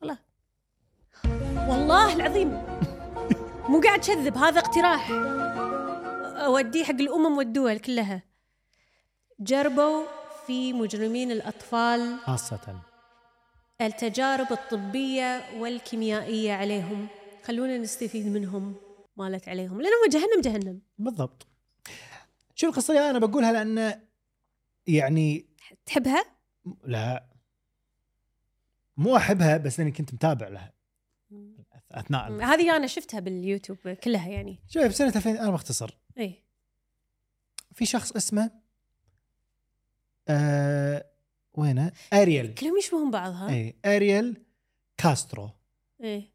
والله والله العظيم مو قاعد كذب هذا اقتراح اوديه حق الامم والدول كلها جربوا في مجرمين الاطفال
خاصه
التجارب الطبية والكيميائية عليهم خلونا نستفيد منهم مالت عليهم لأنهم جهنم جهنم
بالضبط شو القصه اللي انا بقولها لان يعني
تحبها؟
لا مو احبها بس لاني كنت متابع لها اثناء
مم، هذه أنا شفتها باليوتيوب كلها يعني
شوف بسنه 2000 انا بختصر
إيه
في شخص اسمه آه وينه؟ اريل
كلهم يشبهون بعض ها؟
اي اريل كاسترو
إيه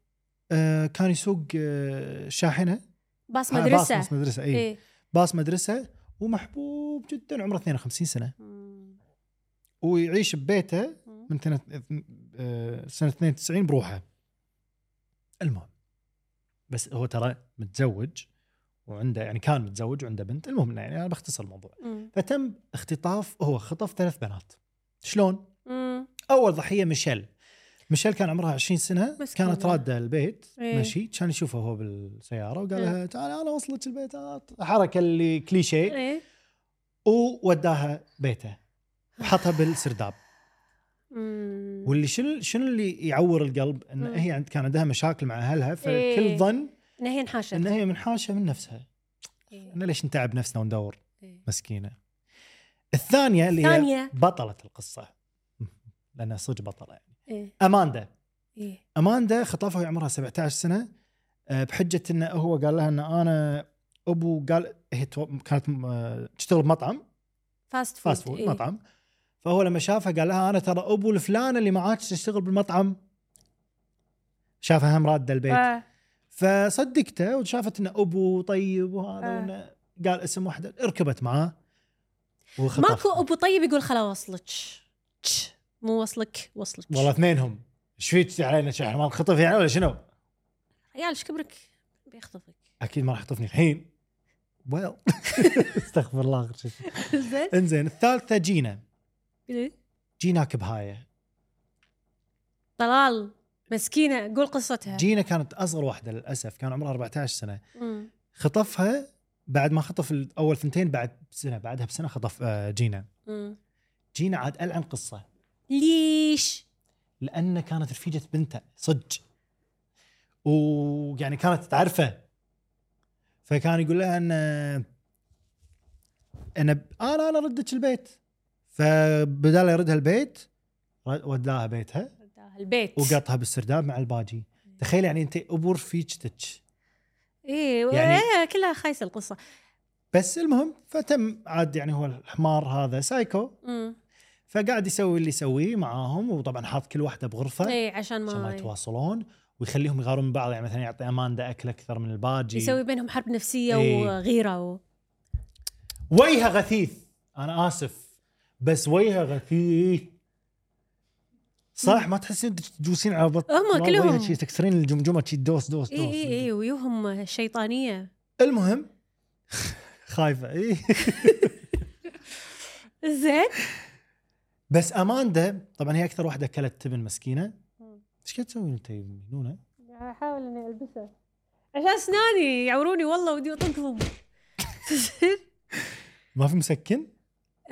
آه كان يسوق آه شاحنه
باص
آه،
مدرسة
باص مدرسه اي
إيه
باص مدرسه ومحبوب جدا عمره 52 سنه
مم،
ويعيش ببيته
مم.
من سنه آه، سنه 92 بروحه المهم بس هو ترى متزوج وعنده يعني كان متزوج وعنده بنت المهم إنه يعني انا بختصر الموضوع
مم،
فتم اختطاف هو خطف ثلاث بنات شلون
مم،
اول ضحيه ميشيل ميشيل كان عمرها 20 سنه
مسكينة.
كانت راده البيت
إيه.
ماشي كان يشوفه هو بالسياره وقال لها تعالي انا اوصلك البيت آه، الحركه اللي كليشيه
إيه
ووداها بيته وحطها بالسرداب
إيه. مم.
واللي شنو شنو اللي يعور القلب ان
مم.
هي عند- كان عندها مشاكل مع اهلها
إيه.
فالكل ظن
إن هي انحاشت
ان هي منحاشه من نفسها
إيه.
احنا ليش نتعب نفسنا وندور
إيه.
مسكينه الثانيه اللي هي
ثانية
بطله القصه لانها صدق بطله يعني
إيه
اماندا
إيه
اماندا خطفها وهي عمرها 17 سنه آه، بحجه انه هو قال لها ان انا ابو قال هي تو- كانت آه، تشتغل بمطعم
فاست فود
فاست فود
إيه.
مطعم فهو لما شافها قال لها انا ترى ابو الفلانه اللي معاك تشتغل بالمطعم شافها هم راده البيت
آه.
فصدقته وشافت انه ابو طيب وهذا
آه.
وانه قال اسم واحده ركبت معاه وخطفها.
ماكو أبو طيب يقول خلا وصلك تش. مو وصلك وصلك
والله اثنينهم ايش فيك علينا شو، احنا ما نخطف يعني ولا شنو؟
عيال ايش كبرك بيخطفك
اكيد ما راح يخطفني الحين ويل استغفر الله آخر شيء.
زين
انزين الثالثه جينا
إيه؟
جينا كبهايه
طلال مسكينه قول قصتها
جينا كانت اصغر واحده للاسف كان عمرها 14 سنه
مم.
خطفها بعد ما خطف الاول ثنتين بعد سنه بعدها بسنه خطف آه، جينا
مم.
جينا عاد العن قصه
ليش
لان كانت رفيجه بنته صج ويعني كانت تعرفه فكان يقول لها ان آه، انا ب- انا انا ردك البيت فبدال يردها البيت رد- وداها بيتها
البيت
وقطها بالسرداب مع الباجي تخيل يعني انت ابو رفيجتك
ايه
يعني-
يعني... كلها خايسه القصه
بس المهم فتم عاد يعني هو الحمار هذا سايكو
مم.
فقاعد يسوي اللي يسويه معاهم وطبعا حاط كل واحده بغرفه
ايه عشان
طيب. عشان ما
ما
يتواصلون ويخليهم يغارون من بعض يعني مثلا يعطي اماندا اكل اكثر من الباجي
يسوي بينهم حرب نفسيه
إيه.
وغيره و...
وجهه غثيث انا اسف بس وجهه غثيث صح ما تحسين تجوسين على بط
هم
والله
كلهم. إيه،
وجهه شي تكسرين الجمجمه شي دوس دوس دوس
اي اي اي ويوهم شيطانيه
المهم إيه. خايفه اي
زين
بس اماندا طبعا هي اكثر واحده اكلت تبن مسكينه ايش قاعد تسوي انت يا مجنونه؟
احاول اني البسه عشان اسناني يعوروني والله ودي اطقهم
ما في مسكن؟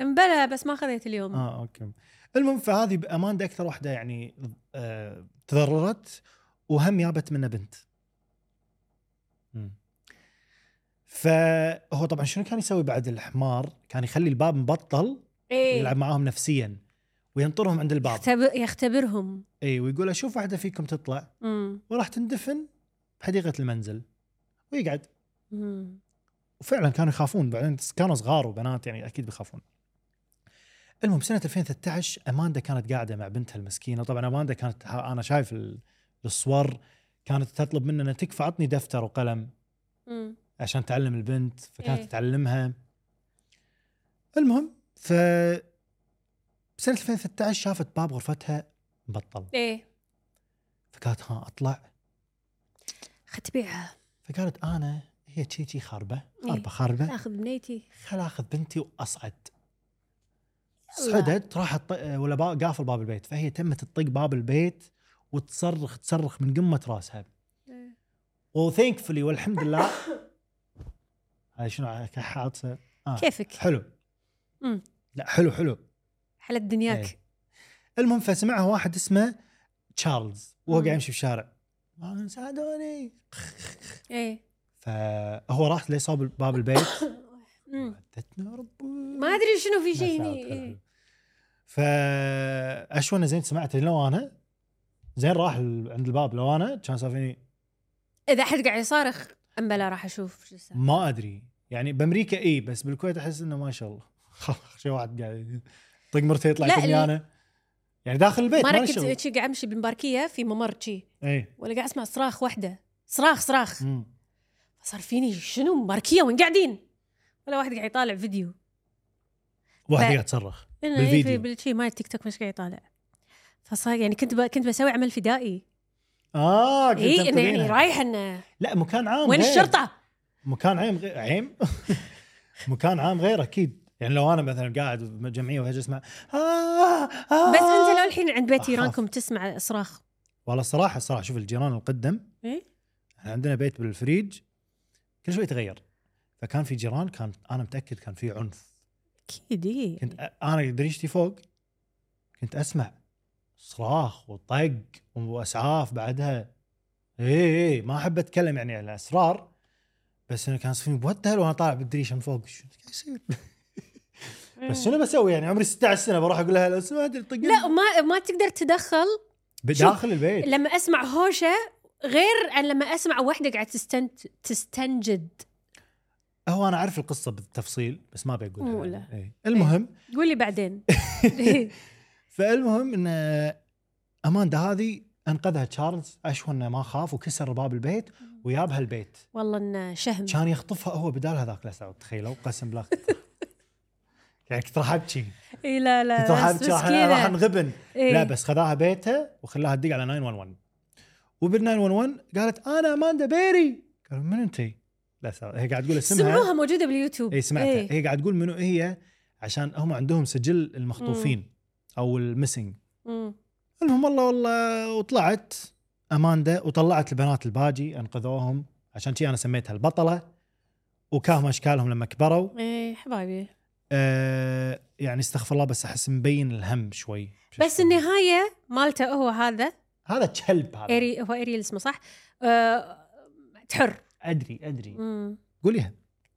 امبلى بس ما خذيت اليوم
اه اوكي المهم فهذه باماندا اكثر واحده يعني آه تضررت وهم يابت منه بنت. مم. فهو طبعا شنو كان يسوي بعد الحمار؟ كان يخلي الباب مبطل
ايه
يلعب معاهم نفسيا وينطرهم عند الباب
يختبر يختبرهم
اي ويقول اشوف واحده فيكم تطلع
مم.
وراح تندفن بحديقه المنزل ويقعد
مم.
وفعلا كانوا يخافون بعدين كانوا صغار وبنات يعني اكيد بيخافون. المهم سنه 2013 اماندا كانت قاعده مع بنتها المسكينه، طبعا اماندا كانت ها- انا شايف ال- الصور كانت تطلب مننا تكفى عطني دفتر وقلم
مم.
عشان تعلم البنت فكانت
إيه.
تعلمها. المهم ف سنه 2013 شافت باب غرفتها مبطل
ايه
فقالت ها اطلع
ختبيعها
فقالت انا هي شي شي خربه
إيه.
خربه خربه
اخذ بنيتي
خل اخذ بنتي واصعد
يلا.
صعدت راحت ط- ولا با- قافل باب البيت فهي تمت تطق باب البيت وتصرخ تصرخ من قمه راسها
إيه.
وثانكفلي والحمد لله هاي شنو حاطه آه.
كيفك
حلو
مم.
لا حلو حلو
حلت دنياك
إيه. المهم فسمعها واحد اسمه تشارلز وهو
مم.
قاعد يمشي بالشارع آه، ساعدوني إيه.
ايه
فهو راح لصاب باب البيت إيه.
مم.
ودتنا ربي
ما ادري شنو في شيء
مساء
هني
الخير.
إيه.
فاشونه زين سمعت لو انا زين راح ال- عند الباب لو انا كان صار فيني
اذا حد قاعد يصارخ ام بلا راح اشوف شو السالفة.
ما ادري يعني بامريكا اي بس بالكويت احس انه ما شاء الله شيء واحد قاعد طق مرتين يطلع
لا،
كمي
ال-
انا يعني داخل البيت
ما
ما
ركزت
شغل
شي قاعد امشي بالمباركيه في ممر شي
اي
ولا قاعد اسمع صراخ واحده صراخ صراخ
مم.
صار فيني شنو مباركيه وين قاعدين ولا واحد قاعد يطالع فيديو
واحد
ف-
قاعد يتصرخ
إنه
بالفيديو.
إيه في- بالشي ما التيك توك مش قاعد يطالع فصار يعني كنت ب... كنت بسوي عمل فدائي
اه كنت
اي انه إيه، يعني
متابعينها.
رايح انه
لا مكان عام
وين
غير.
الشرطه؟
مكان عام غير عام مكان عام غير اكيد يعني لو انا مثلا قاعد بجمعيه وهجس اسمع آه آه
بس انت لو الحين عند بيت
أخاف.
جيرانكم تسمع صراخ
والله الصراحه الصراحه شوف الجيران القدم
ايه
احنا عندنا بيت بالفريج كل شوي يتغير فكان في جيران كان انا متاكد كان في عنف
اكيد إيه.
كنت أ- انا دريشتي فوق كنت اسمع صراخ وطق واسعاف بعدها اي اي ما احب اتكلم يعني على اسرار بس انه كان صفيني وات وانا طالع بالدريشه من فوق شو قاعد يصير؟ بس شنو بسوي يعني عمري 16 سنه بروح اقول لها لو سمحت طقني
لا ما ما تقدر تدخل
بداخل البيت
لما اسمع هوشه غير عن لما اسمع واحده قاعد تستنت... تستنجد
هو انا اعرف القصه بالتفصيل بس ما
مو
بقولها
لا.
إيه. المهم
قولي بعدين إيه.
فالمهم ان اماندا هذه انقذها تشارلز اشوى انه ما خاف وكسر باب البيت ويابها البيت
والله انه شهم
كان يخطفها هو بدال هذاك الاسعد تخيلوا قسم بالله يعني كنت راح ابكي
اي إيه، لا لا
كنت راح
آه، بس
ابكي راح راح
مسكينه
انغبن
إيه.
لا بس خذاها بيتها وخلاها تدق على 911 وبال 911 قالت انا اماندا بيري قالوا من انت؟ لا سعود. هي قاعد تقول اسمها
سمعوها موجوده باليوتيوب
اي سمعتها
إيه.
هي قاعد تقول منو هي عشان هم عندهم سجل المخطوفين او المسنج
مم.
المهم والله والله وطلعت اماندا وطلعت البنات الباجي انقذوهم عشان شي انا سميتها البطله وكاهم اشكالهم لما كبروا
ايه حبايبي
أه يعني استغفر الله بس احس مبين الهم شوي
بس النهايه مالته هو هذا
هذا كلب هذا
اري هو اريل اسمه صح؟ أه... تحر
ادري ادري
مم.
قوليها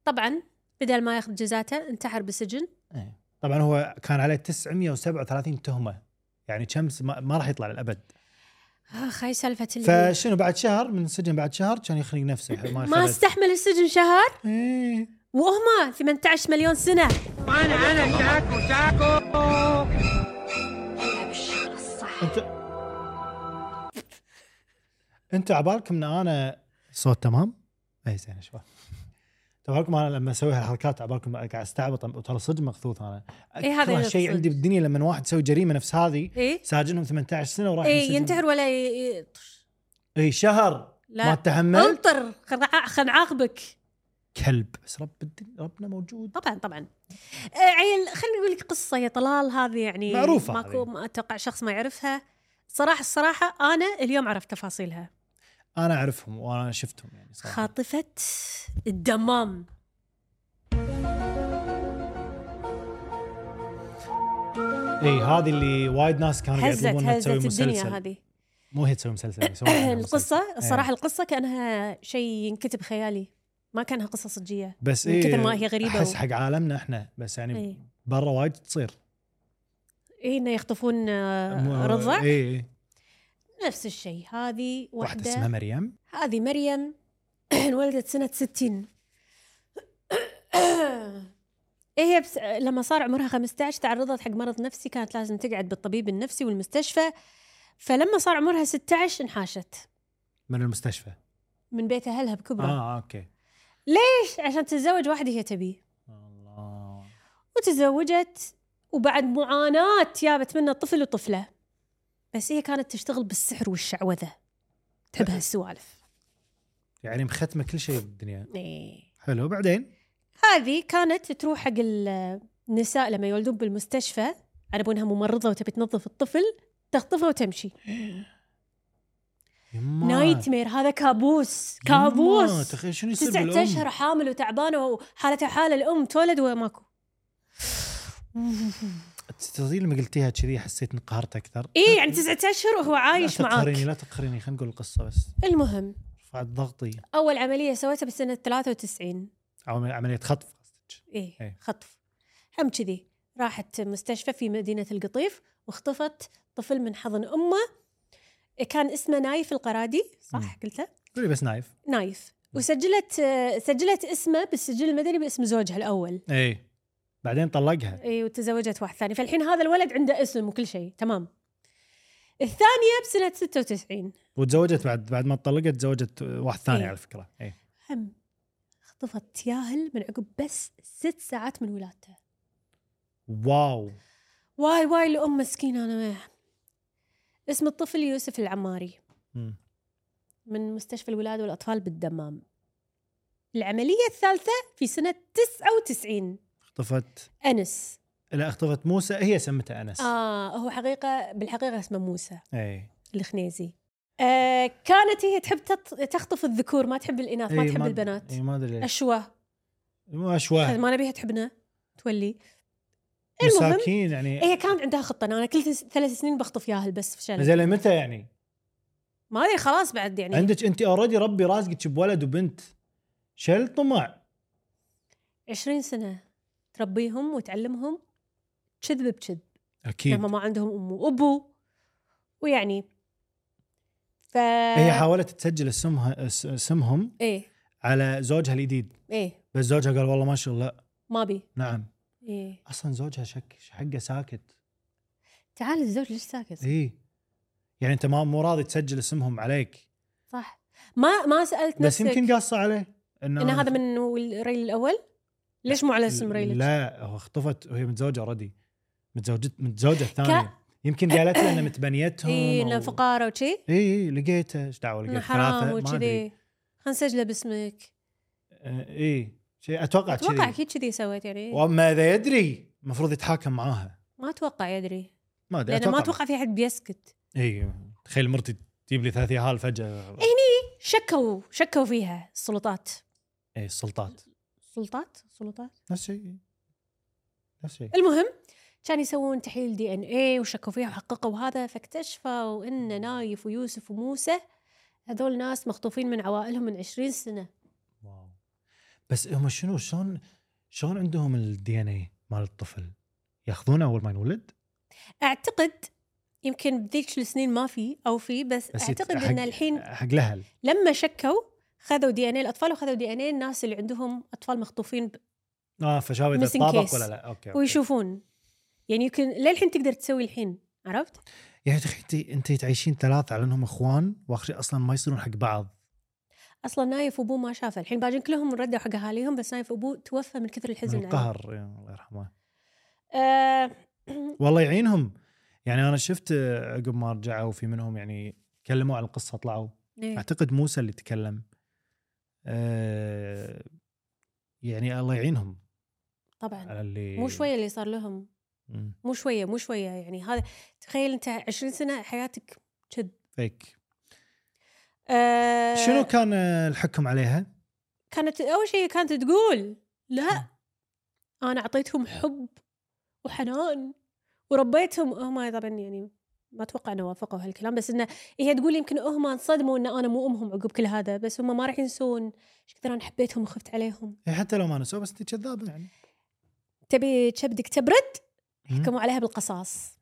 طبعا بدل ما ياخذ جزاته انتحر بالسجن
إيه. طبعا هو كان عليه 937 تهمه يعني شمس ما, ما راح يطلع للابد
اخ هاي سالفه اللي
فشنو بعد شهر من السجن بعد شهر كان يخنق نفسه ما
ما
يخرج.
استحمل السجن شهر
إيه.
وهما 18 مليون سنه
انا انا شاكو شاكو
انت انت عبالكم ان انا صوت تمام؟ اي زين يا شباب عبالكم انا لما اسوي هالحركات عبالكم قاعد استعبط وترى صدق مغثوث انا
إي هذا
اكثر
اللي
شيء
صدق.
عندي بالدنيا لما واحد يسوي جريمه نفس هذه
ايه
ساجنهم 18 سنه وراح
ايه ينتحر ولا ي- ي-
اي شهر
لا.
ما تحملت
انطر آه، خلنا- خلنا نعاقبك
كلب بس رب الدنيا ربنا موجود
طبعا طبعا آه، عيل خليني اقول لك قصه يا طلال هذه يعني
معروفة
ماكو
هذه.
ما اتوقع شخص ما يعرفها صراحه الصراحه انا اليوم عرفت تفاصيلها
انا اعرفهم وانا شفتهم يعني صراحه
خاطفه الدمام
اي هذه اللي وايد ناس كانوا قاعد
هزت
يطلبونها
هزت
تسوي
الدنيا
مسلسل
هذه
مو هي تسوي مسلسل يسوونها مسلسل.
القصه الصراحه
يعني إيه.
القصه كانها شيء ينكتب خيالي ما كانها قصه صجيه
بس
من
ايه
كثر ما هي غريبة
احس
و-
حق عالمنا احنا بس يعني
إيه.
برا وايد تصير
إيه انه يخطفون آه،
مو- إيه،
رضع
اي اي
نفس الشيء هذه
واحده اسمها
وحده
مريم
هذه مريم انولدت سنه 60 إيه هي بس لما صار عمرها 15 تعرضت حق مرض نفسي كانت لازم تقعد بالطبيب النفسي والمستشفى فلما صار عمرها 16 انحاشت
من المستشفى
من بيت اهلها بكبره
اه اوكي
ليش؟ عشان تتزوج واحد هي تبيه
الله
وتزوجت وبعد معاناة جابت منه طفل وطفلة بس هي كانت تشتغل بالسحر والشعوذة تحب
طيب.
هالسوالف
يعني مختمه كل شيء بالدنيا
إيه.
حلو بعدين
هذه كانت تروح حق ال- النساء لما يولدون بالمستشفى على انها ممرضة وتبي تنظف الطفل تخطفه وتمشي
يما
نايت مير هذا كابوس
يما،
كابوس
تخيل شنو يصير
تسعة
بالأم
أشهر حامل وتعبانة وحالتها حال الأم تولد وماكو
تصير لما قلتيها كذي حسيت انقهرت اكثر
إيه يعني تسعة أشهر وهو عايش
لا تقهريني
معاك
لا تقهريني خلينا نقول القصه بس
المهم
رفعت ضغطي
أول عملية سويتها بسنة 93
عم- عمليه خطف قصدك
إيه
إيه.
خطف هم كذي راحت مستشفى في مدينة القطيف واختفت طفل من حضن أمه كان اسمه نايف القرادي صح
مم.
قلته
قولي بس نايف
نايف وسجلت سجلت اسمه بالسجل المدني باسم زوجها الأول
اي إيه. بعدين طلقها
اي وتزوجت واحد ثاني فالحين هذا الولد عنده اسم وكل شيء تمام الثانية بسنة 96
وتزوجت بعد بعد ما تطلقت تزوجت واحد ثاني
إيه.
على فكره اي
هم خطفت ياهل من عقب بس ست ساعات من ولادته
واو
واي واي الأم مسكينة أنا ما اسم الطفل يوسف العماري
مم.
من مستشفى الولادة والأطفال بالدمام العملية الثالثة في سنة 99
اختفت
أنس
لا اختفت موسى هي سمتها انس
آه هو حقيقة بالحقيقة اسمه موسى
اي
الخنيزي آه كانت هي تحب تط- تخطف الذكور ما تحب الإناث ما
إي،
تحب
د-
البنات
اي إيه، ما ادري ليش
أشوى
مو اشواه
ما نبيها تحبنا تولي المهم
مساكين يعني
هي كانت عندها خطة أنا كل ثس- ثلاث سنين بخطف ياهل بس فشل
زين متى يعني؟
ما أدري خلاص بعد يعني
عندك انت اوريدي ربي رازقك بولد وبنت شل طمع
عشرين سنة تربيهم وتعلمهم كذب بكذب
اكيد
لما ما عندهم أم وأبو ويعني ف
هي حاولت تسجل اسمها اس- اسمهم
إيه
على زوجها الجديد
إيه
بس زوجها قال والله ما شاء الله
ما أبي
نعم
إيه
اصلا زوجها شك حقه ساكت
تعال الزوج ليش ساكت
اي يعني انت ما مو راضي تسجل اسمهم عليك
صح ما ما سألت
بس
نفسك
يمكن قاصه عليه انه
إن هذا من الريل الأول ليش مو على اسم ريلك
لا هو اخطفت وهي متزوجه اوريدي متزوجه متزوجه الثانيه يمكن قالت له انه متبنيتهم
إيه إنه
أو-
فقارة وشي
اي اي لقيته ايش دعوه
إنه
لقيت
حرام
ثلاثه إيه، ما
وكذي
ادري
خلنا نسجله باسمك
آه، اي شيء اتوقع
أتوقع
كذي
أكيد كذي سويت يعني
واما اذا يدري المفروض يتحاكم معاها
ما أتوقع يدري
ما ادري
لأنه ما أتوقع في أحد بيسكت
اي تخيل مرتي تجيب لي ثلاث يهال
إيه،
فجاه
شكوا شكوا فيها السلطات
اي إيه، السلطات
سلطات سلطات
نفس الشيء نفس الشيء
المهم كان يسوون تحليل دي ان اي وشكوا فيها وحققوا هذا فاكتشفوا ان نايف ويوسف وموسى هذول ناس مخطوفين من عوائلهم من 20 سنه
واو بس هم شنو شلون شلون عندهم الدي ان اي مال الطفل؟ ياخذونه اول ما ينولد؟
اعتقد يمكن بذيك السنين ما في او في بس,
بس
بس
يت-
اعتقد
حق-
ان الحين
حق الاهل
لما شكوا خذوا دي ان اي الاطفال وخذوا دي ان اي الناس اللي عندهم اطفال مخطوفين ب-
اه فشافوا اذا
Missing
طابق
case.
ولا لا اوكي, أوكي.
ويشوفون يعني يمكن للحين تقدر تسوي الحين عرفت؟
يعني تخيل انت انت تعيشين ثلاثه على انهم اخوان واخر شيء اصلا ما يصيرون حق بعض
اصلا نايف وابوه ما شافه الحين باجين كلهم ردوا حق اهاليهم بس نايف وابوه توفى من كثر الحزن
من
عليه.
القهر يا الله يرحمه
آه
والله يعينهم يعني انا شفت آه، عقب ما رجعوا في منهم يعني تكلموا على القصه طلعوا
إيه.
اعتقد موسى اللي تكلم آه يعني الله يعينهم
طبعا
على اللي
مو شويه اللي صار لهم
مم.
مو شويه مو شويه يعني هذا تخيل انت 20 سنه حياتك كذب
فيك
آه
شنو كان آه، الحكم عليها؟
كانت اول شيء كانت تقول لا انا اعطيتهم حب وحنان وربيتهم هم طبعا يعني ما اتوقع انه وافقوا هالكلام بس انه هي تقول يمكن هم انصدموا ان انا مو امهم عقب كل هذا بس هم ما راح ينسون ايش كثر انا حبيتهم وخفت عليهم
إيه، حتى لو ما نسوا بس انت كذابه يعني
تبي كبدك تبرد
مم.
حكموا عليها بالقصاص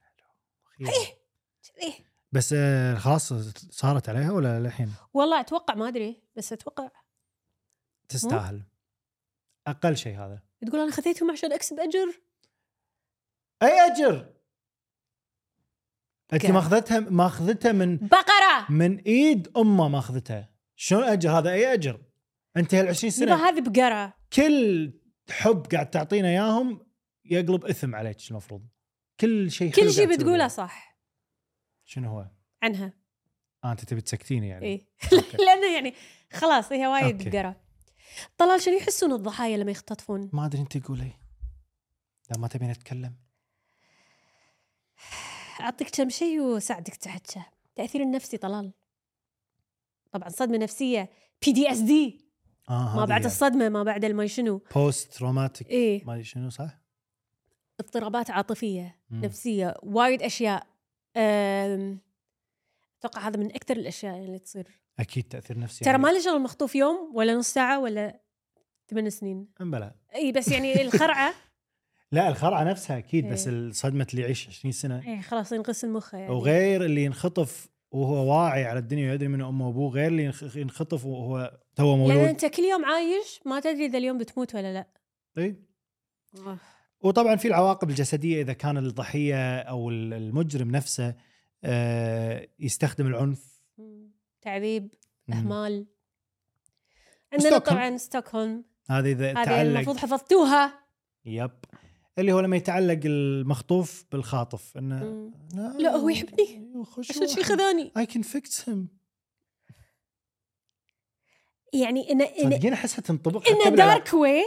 إيه.
بس آه، خلاص صارت عليها ولا للحين
والله اتوقع ما ادري بس اتوقع
تستاهل اقل شيء هذا
تقول انا خذيتهم عشان اكسب اجر
اي اجر انت
قاعد.
ما اخذتها ما اخذتها من
بقره
من ايد امه ما اخذتها شلون اجر هذا اي اجر انت هال 20
يبا
سنه
هذه بقره
إيه. كل حب قاعد تعطينا اياهم يقلب اثم عليك المفروض كل شيء حلو
كل شيء
قاعد تسويه.
بتقوله صح
شنو هو؟
عنها
آه انت تبي تسكتيني يعني
اي
أوكي.
لانه يعني خلاص هي وايد
أوكي.
بقره طلال شنو يحسون الضحايا لما يختطفون؟
ما ادري انت قولي لا ما تبين اتكلم
اعطيك كم شيء وساعدك تحكى تاثير النفسي طلال طبعا صدمه نفسيه بي دي اس دي
اه
ما بعد الصدمه ما بعد المي شنو
بوست تروماتيك
ايه
ما ادري شنو صح؟
اضطرابات عاطفيه
مم.
نفسيه وايد اشياء أم، اتوقع هذا من اكثر الاشياء اللي تصير
اكيد تاثير نفسي
ترى ما له شغل مخطوف يوم ولا نص ساعه ولا ثمان سنين
يعني. بلا
اي بس يعني الخرعه
لا الخرعه نفسها اكيد بس
إيه.
الصدمه اللي يعيش 20 سنه
اي خلاص ينغسل مخه يعني
وغير اللي ينخطف وهو واعي على الدنيا ويدري من امه وابوه غير اللي ينخ- ينخطف وهو توه
لان
مولود
انت كل يوم عايش ما تدري اذا اليوم بتموت ولا لا
إيه؟ وطبعا في العواقب الجسديه اذا كان الضحيه او ال- المجرم نفسه آه، يستخدم العنف
مم. تعذيب
مم.
اهمال عندنا
وستوكهولم.
طبعا ستوكهولم
هذا اذا
هذه المفروض
تعلق
حفظتوها
يب اللي هو لما يتعلق المخطوف بالخاطف انه
مم. لا، هو يحبني. عشان شي خذاني
اي كان فيكس هيم
يعني انه انه
صدقين احسها تنطبق حتى
إن
بالعلاقات.
دارك واي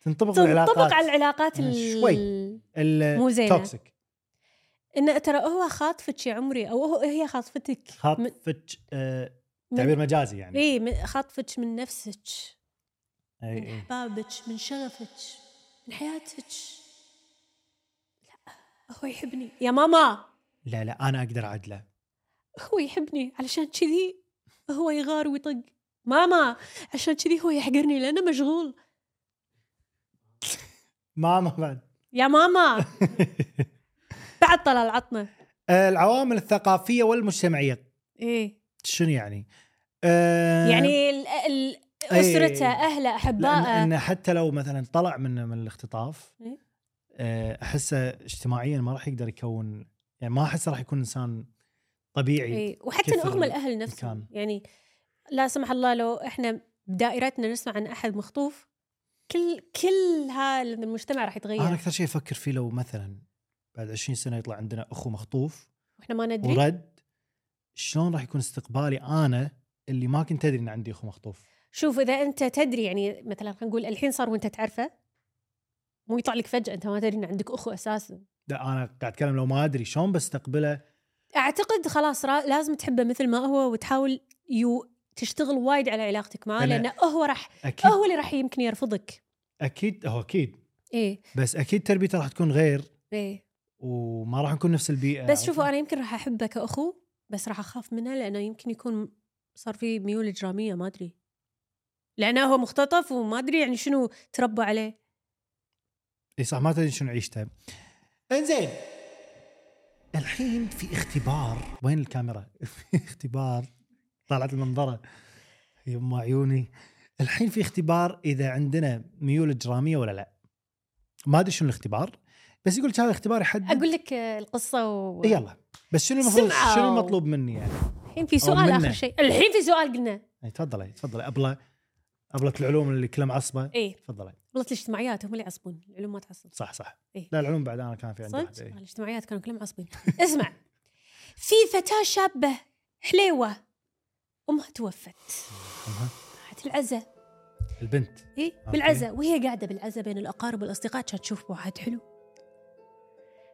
تنطبق
تنطبق على إيه.
بالعلاقات
العلاقات
آه،
ال-
شوي.
مو زينة.
التوكسيك
انه ترى هو خاطفك يا عمري او هو هي خاطفتك من-
خاطفك آه،
من-
تعبير مجازي يعني
اي من- خاطفك من نفسك
أي-
من
أي.
احبابك من شغفك من حياتك لا هو يحبني يا ماما
لا لا انا اقدر اعدله
هو يحبني علشان كذي هو يغار ويطق ماما عشان كذي هو يحقرني لانه مشغول
ماما بعد
يا ماما بعد طلال عطنا
آه، العوامل الثقافيه والمجتمعيه
ايه
شنو يعني؟ آه،
يعني ال ال
إيه.
اسرته اهله
لأن
احبائه
إن حتى لو مثلا طلع من من الاختطاف
إيه.
آه، احسه اجتماعيا ما راح يقدر يكون يعني ما احسه راح يكون انسان طبيعي
إيه. وحتى
كثر
هم الاهل نفسهم
مكان.
يعني لا سمح الله لو احنا بدائرتنا نسمع عن احد مخطوف كل كل هالمجتمع راح
انا
يتغير
اكثر شيء افكر فيه لو مثلا بعد 20 سنه يطلع عندنا اخو مخطوف
واحنا ما ندري
ورد شلون راح يكون استقبالي انا اللي ما كنت ادري ان عندي اخو مخطوف
شوف اذا انت تدري يعني مثلا خلينا نقول الحين صار وانت تعرفه مو يطلع لك فجاه انت ما تدري ان عندك اخو اساسا
لا انا قاعد اتكلم لو ما ادري شلون بستقبله
اعتقد خلاص را- لازم تحبه مثل ما هو وتحاول يو تشتغل وايد على علاقتك معاه
أنا-
لانه هو راح
اكيد
هو اللي راح يمكن يرفضك
اكيد هو اكيد
ايه
بس اكيد تربيته راح تكون غير
ايه
وما راح نكون نفس البيئه
بس شوفوا انا يمكن راح احبه كاخو بس راح اخاف منه لانه يمكن يكون صار في ميول اجراميه ما ادري لانه هو مختطف وما ادري يعني شنو تربى عليه
اي إيه صح ما تدري شنو عيشته انزين الحين في اختبار وين الكاميرا في اختبار طلعت المنظره يما عيوني الحين في اختبار اذا عندنا ميول اجراميه ولا لا ما ادري شنو الاختبار بس يقول لك هذا اختبار يحدد
اقول لك آه، القصه و...
إيه يلا بس شنو المفروض
سمعوا.
شنو المطلوب مني يعني
الحين في سؤال
منه.
اخر شيء الحين في سؤال قلنا
إي تفضلي تفضلي ابله ابله العلوم اللي كلها معصبه
ايه
تفضلي
والله الاجتماعيات هم اللي يعصبون العلوم ما تعصب
صح صح
إيه.
لا العلوم بعد انا كان في عندي
صدق
واحده إيه.
الاجتماعيات كانوا كلهم عصبين اسمع في فتاة شابة حليوة أمها توفت راحت العزة
البنت
إيه بالعزة وهي قاعدة بالعزة بين الأقارب والأصدقاء كانت تشوف واحد حلو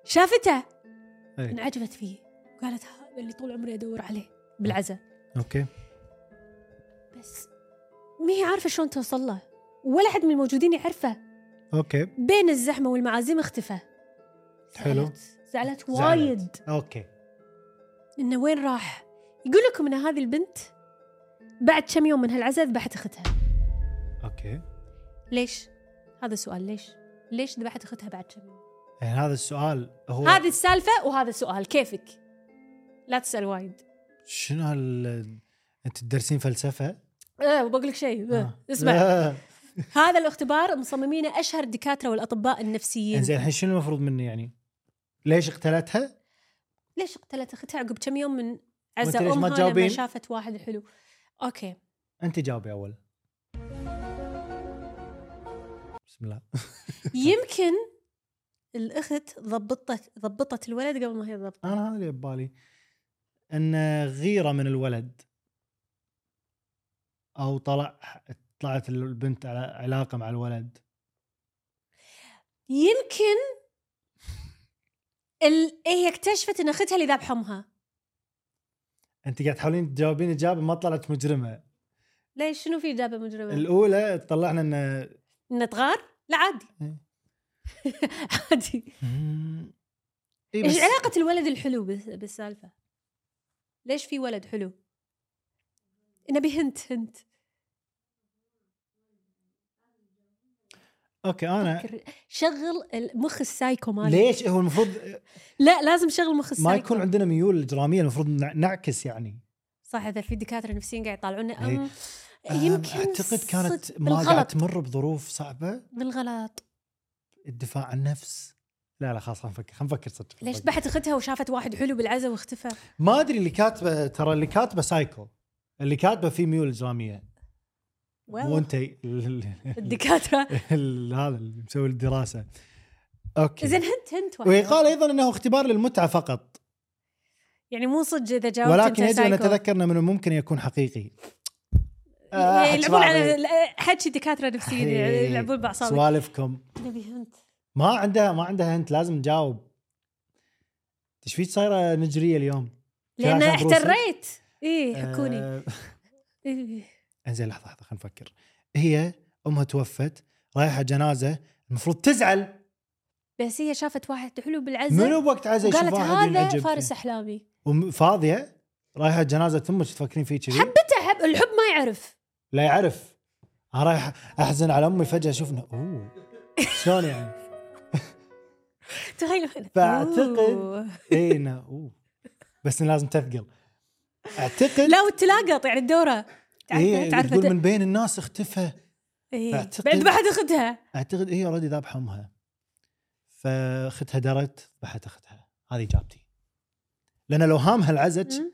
شافته
إيه.
انعجبت فيه قالت هذا اللي طول عمري أدور عليه بالعزة
اوكي
بس ما هي عارفة شلون توصل له ولا حد من الموجودين يعرفه
اوكي
بين الزحمة والمعازيم اختفى
حلو.
زعلت, زعلت
زعلت.
وايد
اوكي
انه وين راح؟ يقول لكم ان هذه البنت بعد كم يوم من هالعزاء ذبحت اختها،
اوكي
ليش؟ هذا سؤال ليش؟ ليش ذبحت اختها بعد كم يوم؟
يعني هذا السؤال هو
هذه السالفه وهذا السؤال كيفك لا تسال وايد
شنو هال انت تدرسين فلسفه؟
أه بقول لك شيء أه.
آه.
اسمع
لا.
هذا الاختبار مصممينه اشهر الدكاتره والاطباء النفسيين
انزين الحين شنو المفروض مني يعني؟ ليش اقتلتها؟
ليش قتلت اختها عقب كم يوم من
وأنت
عزة
ليش ما
امها لما
تجاوبين؟
شافت واحد حلو اوكي
انت جاوبي اول بسم الله
يمكن الاخت ضبطت ضبطت الولد قبل ما هي تضبط
انا هذا اللي ببالي ان غيره من الولد او طلع طلعت البنت على علاقه مع الولد
يمكن ال... إيه، هي اكتشفت ان اختها اللي ذابحه امها
انت قاعد تحاولين تجاوبين اجابه ما طلعت مجرمه
ليش شنو في اجابه مجرمه؟
الاولى طلعنا ان
انه تغار؟ لا عادي
إيه.
عادي
إيه
ايش
بس
علاقه الولد الحلو بال- بالسالفه؟ ليش في ولد حلو؟ نبي هنت هنت
اوكي انا
فكر- شغل المخ السايكو مالك
ليش هو المفروض
لا لازم شغل مخ السايكو
ما يكون عندنا ميول اجراميه المفروض نع- نعكس يعني
صح اذا في دكاتره نفسيين قاعد يطالعونا
إيه.
أم،
أم،
يمكن
اعتقد
صدق
كانت ما قاعد
بالغلط
تمر بظروف صعبه
بالغلط
الدفاع عن النفس لا لا خلاص خلينا نفكر خلينا نفكر صدق خلنا
ليش
نفكر.
بحت اختها وشافت واحد حلو بالعزة واختفى
ما ادري اللي كاتبه ترى اللي كاتبه سايكو اللي كاتبه في ميول اجراميه مو
well,
انت ال- ال-
الدكاتره
ال- هذا اللي مسوي الدراسه اوكي
زين هنت هنت واحد.
ويقال ايضا انه اختبار للمتعه فقط
يعني مو صدق اذا جاوبت
ولكن
أنت
يجب ان
سايكو.
نتذكر انه من الممكن ان يكون حقيقي آه،
يعني
أحد
يلعبون على
صباعي.
لا، حكي دكاتره نفسيين يعني
إيه،
يلعبون باعصابك
سوالفكم
نبي هنت
ما عندها ما عندها انت لازم نجاوب ايش فيك صايره نجريه اليوم؟
لان
عشان بروسي؟
احتريت ايه حكوني
آه،
إيه.
انزين لحظه لحظه خلينا نفكر هي امها توفت رايحه جنازه المفروض تزعل
بس هي شافت واحد حلو بالعزة
منو بوقت عزا يشوف
وقالت
واحد
هذا
ينعجب
فارس
فيه
احلامي
وم- فاضيه رايحه جنازه امك تفكرين فيه كذي
حبته حب الحب ما يعرف
لا يعرف انا رايح احزن على امي فجاه شفنا اوه شلون يعني؟
تخيل
فأعتقد-
أوه.
اي انه اوه بس إنه لازم تثقل اعتقد
لا وتلاقط يعني الدوره تعرف
إيه
تعرف
تقول من بين الناس اختفى
إيه.
أعتقد-
بعد ما حد اخذها
اعتقد هي اوريدي ذابحه امها فاختها درت ذبحت اختها هذه اجابتي لان لو هامها العزج
مم.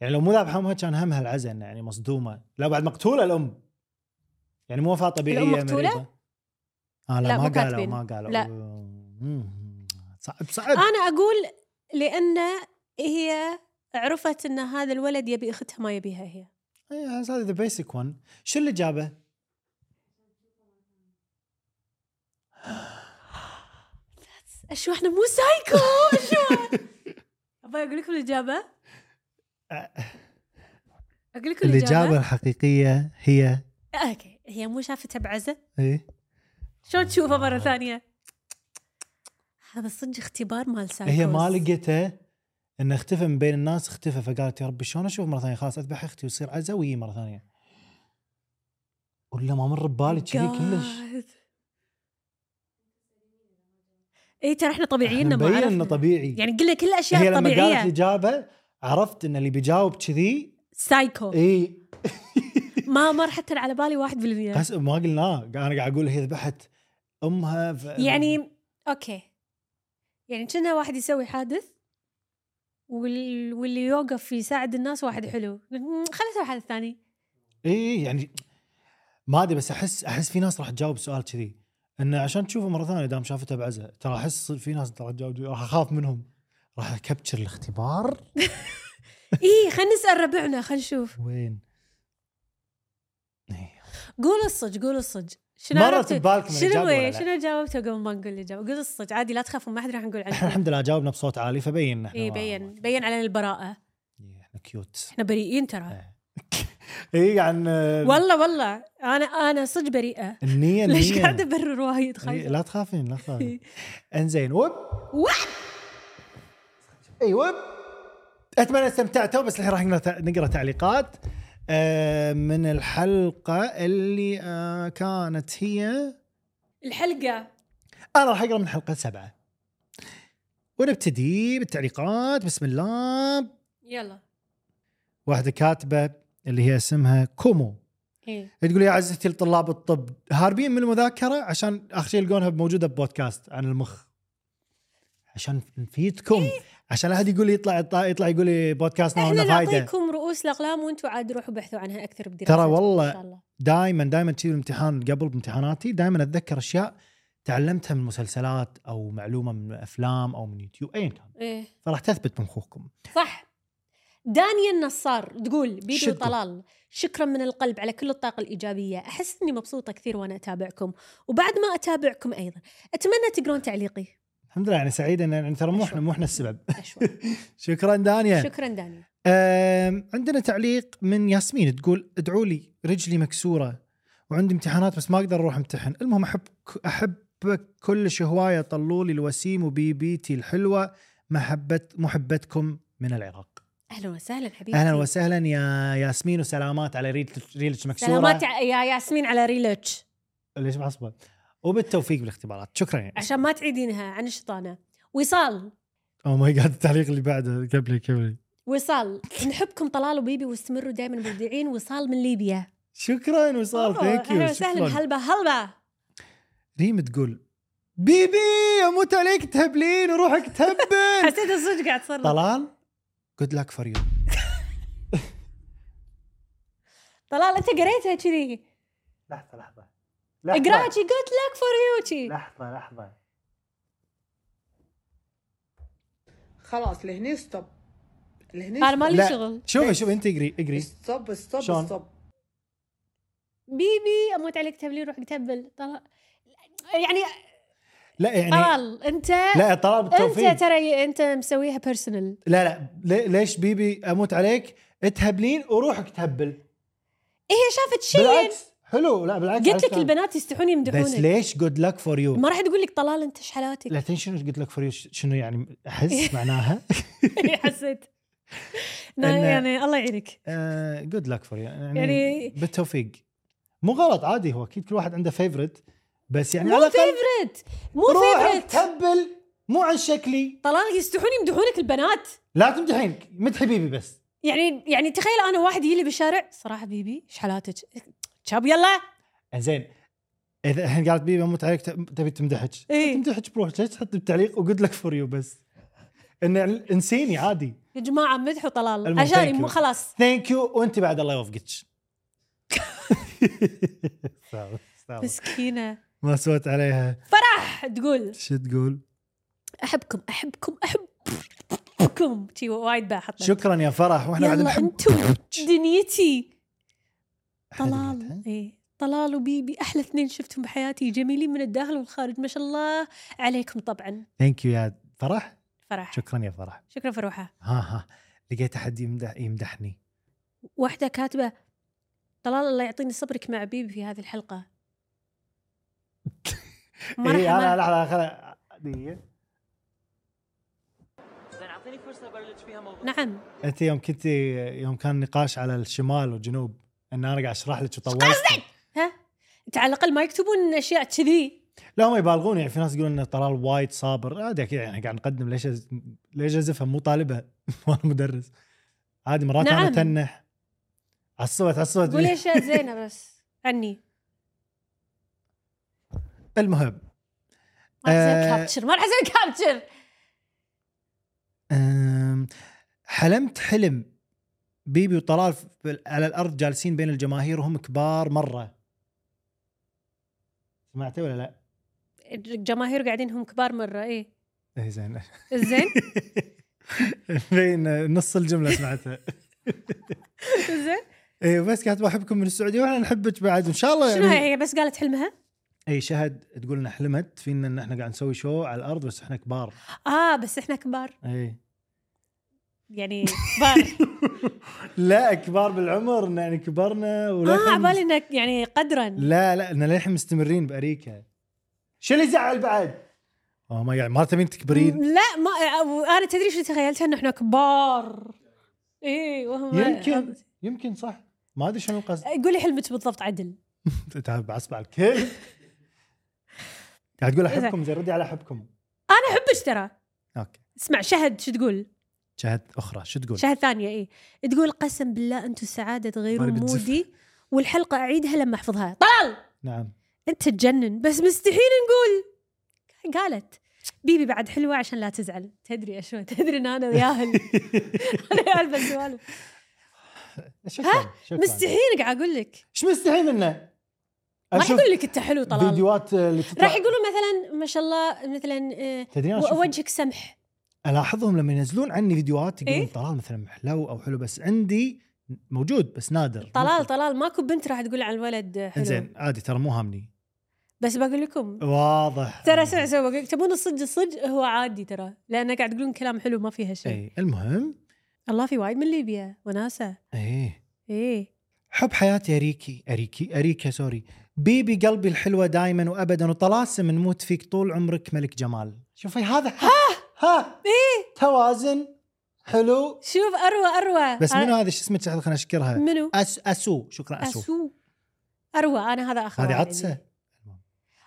يعني لو مو ذابحه امها كان همها العزا إنه يعني مصدومه لا بعد مقتوله الام يعني مو وفاه طبيعيه
الأم مقتولة؟
مريضة. اه لا,
لا،
ما
مو
قالوا
كاتبين.
ما قالوا
لا. آه.
مم. صعب صعب
انا اقول لان هي عرفت ان هذا الولد يبي اختها ما يبيها هي
إيه، هذا ذا بيسك ون شو اللي جابه؟
اشو احنا مو سايكو اشو ابغى اقول لكم الاجابه
أه.
اقول لكم
الاجابه
الاجابه
الحقيقيه هي
اوكي هي مو شافتها بعزه
ايه
شلون تشوفها
آه.
مره ثانيه هذا صدق اختبار مال سايكو
هي ما لقته انه اختفى من بين الناس اختفى فقالت يا ربي شلون اشوف مره ثانيه خلاص اذبح اختي ويصير عزا ويجي مره ثانيه ولا ما مر ببالي كذي كلش
اي ترى احنا طبيعيين
إحنا
ما
مبين انه
عرفنا
طبيعي
يعني قلنا كل
هي
الاشياء
لما قالت
الطبيعيه
الاجابه عرفت ان اللي بيجاوب إيه، كذي
سايكو
اي
ما مر حتى على بالي 1%
قس- ما قلناه انا قاعد اقول هي ذبحت امها ف...
يعني اوكي يعني كأنها واحد يسوي حادث وال... واللي يوقف يساعد الناس واحد حلو مم، خلينا نسوي حادث ثاني
اي يعني ما ادري بس احس احس في ناس راح تجاوب سؤال كذي انه عشان تشوفه مره ثانيه دام شافته بعزه ترى احس في ناس راح تجاوب راح اخاف منهم راح اكبتشر الاختبار
اي خلينا نسال إيه، ربعنا خلينا نشوف
وين؟ إيه.
قول الصج قول الصج شنو
مرت
عرفتوا
ببالكم
شنو
الاجابه ولا
إيه،
لا؟
شنو جاوبتوا قبل ما نقول الاجابه قول الصج عادي لا تخافوا ما حد راح نقول
احنا
عنكم
الحمد لله جاوبنا بصوت عالي فبين احنا
اي
ما-
إيه، بين بين علينا البراءه
إيه، احنا كيوت
احنا بريئين ترى
اي يعني
والله والله انا انا صدق بريئه
النية
ليش
النية.
قاعده ابرر وايد
إيه،
خايفه
لا تخافين لا تخافين انزين وب
وب.
اي وب اتمنى استمتعتوا بس الحين راح نقرا- نقرا تعليقات آه، من الحلقه اللي آه، كانت هي
الحلقه
انا راح اقرا من حلقه سبعه ونبتدي بالتعليقات بسم الله
يلا
واحده كاتبه اللي هي اسمها كومو
ايه
تقول يا عزتي لطلاب الطب هاربين من المذاكره عشان اخر شيء يلقونها موجوده ببودكاست عن المخ عشان نفيدكم عشان لا احد يقول لي يطلع يطلع, يطلع يقول لي بودكاستنا
احنا
هنا فايده
نعطيكم رؤوس الاقلام وانتم عاد روحوا بحثوا عنها اكثر بدراسة
ترى والله
ان شاء الله
دائما دائما تجي الامتحان قبل بامتحاناتي دائما اتذكر اشياء تعلمتها من مسلسلات او معلومه من افلام او من يوتيوب ايا كان
ايه
فراح تثبت بمخوخكم
صح دانيا النصار تقول بيدو
شكراً.
طلال شكرا من القلب على كل الطاقة الإيجابية أحس أني مبسوطة كثير وأنا أتابعكم وبعد ما أتابعكم أيضا أتمنى تقرون تعليقي
الحمد لله يعني سعيد ان يعني ترى مو احنا مو احنا السبب يعني.
أشوى
شكرا دانيا
شكرا دانيا
أم، عندنا تعليق من ياسمين تقول ادعوا لي رجلي مكسوره وعندي امتحانات بس ما اقدر اروح امتحن المهم احب احبك كل هوايه طلوا لي الوسيم وبيبيتي الحلوه محبه محبتكم من العراق
أهلا وسهلا حبيبتي
اهلا وسهلا يا ياسمين وسلامات على ريلك ريلك مكسوره
سلامات يا ياسمين على ريلك
ليش معصبه وبالتوفيق بالاختبارات شكرا يعني
عشان ما تعيدينها عن الشيطانة وصال
او ماي جاد Oh التعليق اللي بعده قبلي قبلي
وصال نحبكم طلال وبيبي واستمروا دائما مبدعين وصال من ليبيا
شكرا وصال
أوه،
ثانك
أهلا
يو
وسهلا
شكرا
هلبا هلبا
ريم تقول بيبي اموت عليك تهبلين وروحك تهبل
حسيت الصدق قاعد تصير لي.
طلال جود لك فور يو
طلال أنت قريتها كذي
لحظه لحظه
اقراها
طيب.
شي قلت لك فور يو شي
لحظه لحظه
خلاص لهني ستوب لهني
انا
stop.
ما لي شغل
لا شوفي شوفي انت اقري اقري
ستوب ستوب
شلون؟
ستوب
بيبي اموت عليك تبلي روح تبل طلع يعني
لا يعني
طلال انت
لا طلال بالتوفيق
انت ترى انت مسويها بيرسونال
لا لا لي- ليش بيبي اموت عليك تهبلين وروحك تهبل
هي شافت شيء
بالعكس حلو لا بالعكس
قلت لك
عشان-
البنات يستحون
بس
يمدحونك
ليش جود لك فور يو
ما راح تقول لك طلال انت ايش حالاتك
لا تدري شنو قلت لك فور يو شنو يعني احس معناها
حسيت
إنه-
يعني الله يعينك
جود لك فور يو يعني
يعني-
بالتوفيق مو غلط عادي هو اكيد كل واحد عنده فيفرت بس يعني
مو
على الاقل
فيفرت مو
روحك
فيفرت
تهبل مو عن شكلي
طلال يستحون يمدحونك البنات
لا تمدحين مدحي بيبي بس
يعني يعني تخيل انا واحد يلي بالشارع صراحه بيبي ايش حالاتك؟ شاب يلا
زين اذا الحين قالت بيبي اموت عليك ت- تبي تمدحك
إيه.
تمدحك بروحك ليش تحط التعليق وجود لك فور يو بس ان انسيني عادي
يا جماعه مدحوا طلال
المهم،
عشان
thank
مو
you.
خلاص
ثانك يو وانت بعد الله يوفقك صعب- صعب.
مسكينه
ما سويت عليها
فرح تقول
شو تقول
احبكم احبكم احبكم شي وايد بحط
شكرا يا فرح واحنا بعد
يلا
نحب
انتم دنيتي
إحنا
طلال
دنيتها.
ايه طلال وبيبي احلى اثنين شفتهم بحياتي جميلين من الداخل والخارج ما شاء الله عليكم طبعا
ثانك يو يا فرح
فرح
شكرا يا فرح
شكرا فروحه
ها ها لقيت احد يمدح يمدحني
واحده كاتبه طلال الله يعطيني صبرك مع بيبي في هذه الحلقه
إيه انا
مرحبا
لحظه خلا- دقيقة.
زين اعطيني فرصه ابلج فيها موضوع
نعم
انت يوم كنت يوم كان نقاش على الشمال والجنوب ان انا قاعد اشرح لك وطولت
ها انت على الاقل ما يكتبون اشياء كذي
لا هم يبالغون يعني في ناس يقولون ان طلال وايد صابر عادي اكيد يعني قاعد نقدم ليش أز- ليش ازفها مو طالبه وانا مدرس عادي مرات انا
نعم.
تنح عصبت عصبت
قول اشياء زينه بس عني
المهم
ما راح اسوي
آه.
كابتشر ما راح اسوي كابتشر
أم، حلمت حلم بيبي وطلال في- على الارض جالسين بين الجماهير وهم كبار مره سمعتي ولا لا؟
الجماهير قاعدين هم كبار مره ايه
اي زين
زين
بين نص الجمله سمعتها
زين
اي بس كاتبه احبكم من السعوديه واحنا نحبك بعد ان شاء الله
شنو
يعني
هي هي بس قالت حلمها
اي شهد تقول انها حلمت فينا ان احنا قاعد نسوي شو على الارض بس احنا كبار إيه.
اه بس احنا كبار
اي
يعني كبار آه،
لا كبار بالعمر إن يعني كبرنا ولا
اه عبالي انك يعني قدرا
لا لا ان للحين مستمرين باريكا شو اللي زعل بعد؟ اوه ماي جاد ما يعني، تبين تكبرين
لا ما انا تدري شو تخيلتها ان احنا كبار ايه وهم
يمكن يمكن صح ما ادري شنو القصد
قولي حلمك بالضبط عدل
تعال بعصب على الكل قاعد تقول احبكم زردي على احبكم
انا احبك ترى
اوكي
اسمع شهد شو تقول
جهه اخرى شو تقول؟
شهد ثانية اي تقول قسم بالله انتم السعادة تغيرون
مالي بتزف.
مودي والحلقة اعيدها لما احفظها طلال
نعم
انت تجنن بس مستحيل نقول قالت بيبي بعد حلوة عشان لا تزعل تدري اشو تدري ان انا ياهل انا ياهل بالسوالف
شكرا شكرا
مستحيل قاعد اقول لك
ايش مستحيل منه؟
راح
أشوف
يقول لك انت حلو طلال
فيديوهات اللي تطلع
راح يقولوا مثلا ما شاء الله مثلا آه،
تدري انا
و-
أشوف-
وجهك سمح
الاحظهم لما ينزلون عني فيديوهات يقولون
إيه؟
طلال مثلا حلو او حلو بس عندي موجود بس نادر
طلال طلال ماكو بنت راح تقول عن الولد آه، حلو
زين عادي ترى مو هامني
بس بقول لكم
واضح
ترى سمع سوى بقول لك تبون الصج الصج هو عادي ترى لانك قاعد تقولون كلام حلو ما فيها شيء
اي إيه، المهم
الله في وايد من ليبيا وناسه
ايه
ايه
حب حياتي اريكي اريكي اريكا سوري بيبي قلبي الحلوه دائما وابدا وطلاسم نموت فيك طول عمرك ملك جمال شوفي هذا ها ها
إيه.
ايه توازن حلو
شوف اروى اروى
بس منو هذا شو اسمه خلينا اشكرها
منو
أس اسو شكرا اسو,
اسو اروى انا هذا اخر
هذه
واحد
عطسه
عندي.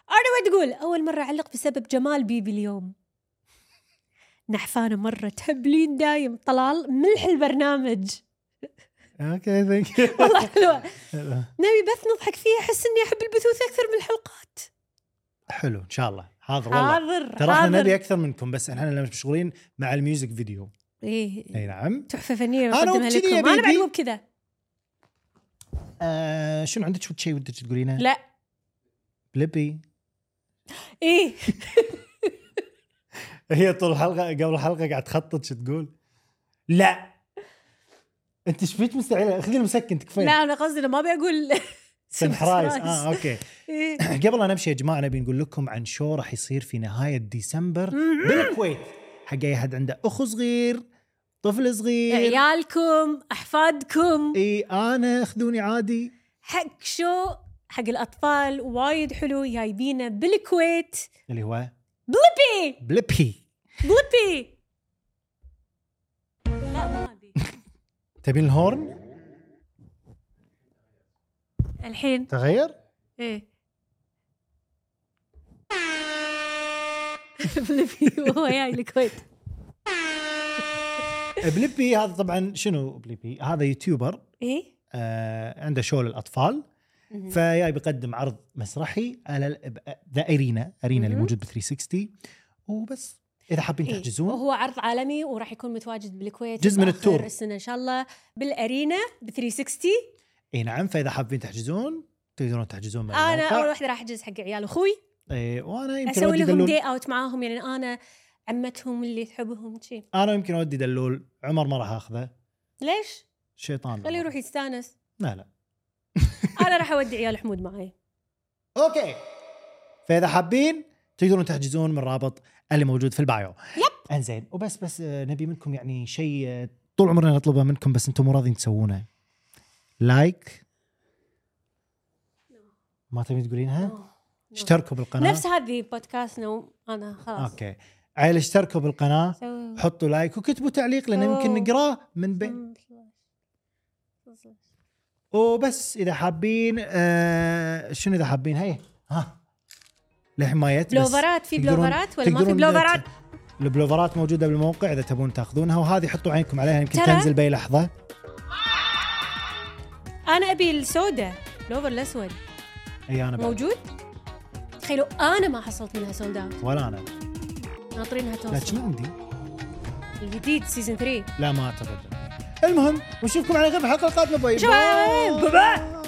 اروى تقول اول مره اعلق بسبب جمال بيبي اليوم نحفانه مره تهبلين دايم طلال ملح البرنامج
اوكي ثانك يو
والله حلوه نبي بث نضحك فيها احس اني احب البثوث اكثر من الحلقات
حلو ان شاء الله حاضر والله
حاضر
ترى احنا
حاضر.
نبي اكثر منكم بس احنا اللي مشغولين مع الميوزك فيديو
ايه
اي نعم
تحفه فنيه
أنا
بقدمها
وكذي يا
لكم انا بعد
بيبي. إيه.
مو بكذا
آه شنو عندك شيء ودك تقولينه؟
لا
بليبي
ايه
هي طول الحلقه قبل الحلقه قاعد تخطط شو تقول؟ لا انت ايش فيك مستحيل خلينا مسكن
لا
تكفين
انا قصدي انا ما ابي اقول
سنحرايز
سنحرايز.
اه اوكي
إيه.
قبل ان نمشي يا جماعه نبي نقول لكم عن شو راح يصير في نهايه ديسمبر بالكويت حق اي احد عنده اخو صغير طفل صغير
إيه. عيالكم احفادكم
اي انا اخذوني عادي
حق شو حق الاطفال وايد حلو جايبينه بالكويت
اللي هو
بلبي
بلبي
بلبي لا ما أبي.
تبين الهورن
الحين
تغير
ايه بلبي وهو جاي الكويت
بليبي هذا طبعا شنو بليبي هذا يوتيوبر
ايه
آه عنده شو للاطفال فياي بيقدم عرض مسرحي على ال- ب- ذا ارينا ارينا اللي
مهم.
موجود ب 360 وبس اذا حابين
إيه.
تحجزون
وهو عرض عالمي وراح يكون متواجد بالكويت
جزء من
بآخر
التور.
السنه ان شاء الله بالارينا ب 360
اي نعم فاذا حابين تحجزون تقدرون تحجزون من
انا اول
الموقع
واحده راح احجز حق عيال اخوي
إيه وانا يمكن
اسوي
اودي
لهم
دلول
دي اوت معاهم يعني انا عمتهم اللي تحبهم شي
انا يمكن اودي دلول عمر ما راح اخذه
ليش؟
شيطان
خليه
عمر.
يروح يستانس
لا لا
انا راح اودي عيال حمود معي
اوكي فاذا حابين تقدرون تحجزون من الرابط اللي موجود في البايو يب انزين وبس بس آه، نبي منكم يعني شيء آه، طول عمرنا نطلبه منكم بس انتم مو راضيين تسوونه لايك ما تبين تقولينها؟ اشتركوا بالقناه
نفس هذه بودكاستنا وانا خلاص
اوكي عيل اشتركوا بالقناه
سوي-
حطوا لايك وكتبوا تعليق لان يمكن
أوه.
نقراه من بين وبس اذا حابين آه شنو اذا حابين هي ها لحمايتنا
بلوفرات، في بلوفرات ولا ما في بلوفرات؟
البلوفرات موجوده بالموقع اذا تبون تاخذونها وهذه حطوا عينكم عليها يمكن
ترى-
تنزل باي لحظه
انا ابي السوداء لوفر الاسود
اي انا بعد.
موجود؟ تخيلوا انا ما حصلت منها سولد اوت
ولا انا
ناطرينها
لا
توصل
شنو عندي
الجديد سيزون 3
لا ما اعتقد المهم ونشوفكم على خير في الحلقه القادمه باي
شباب باي باي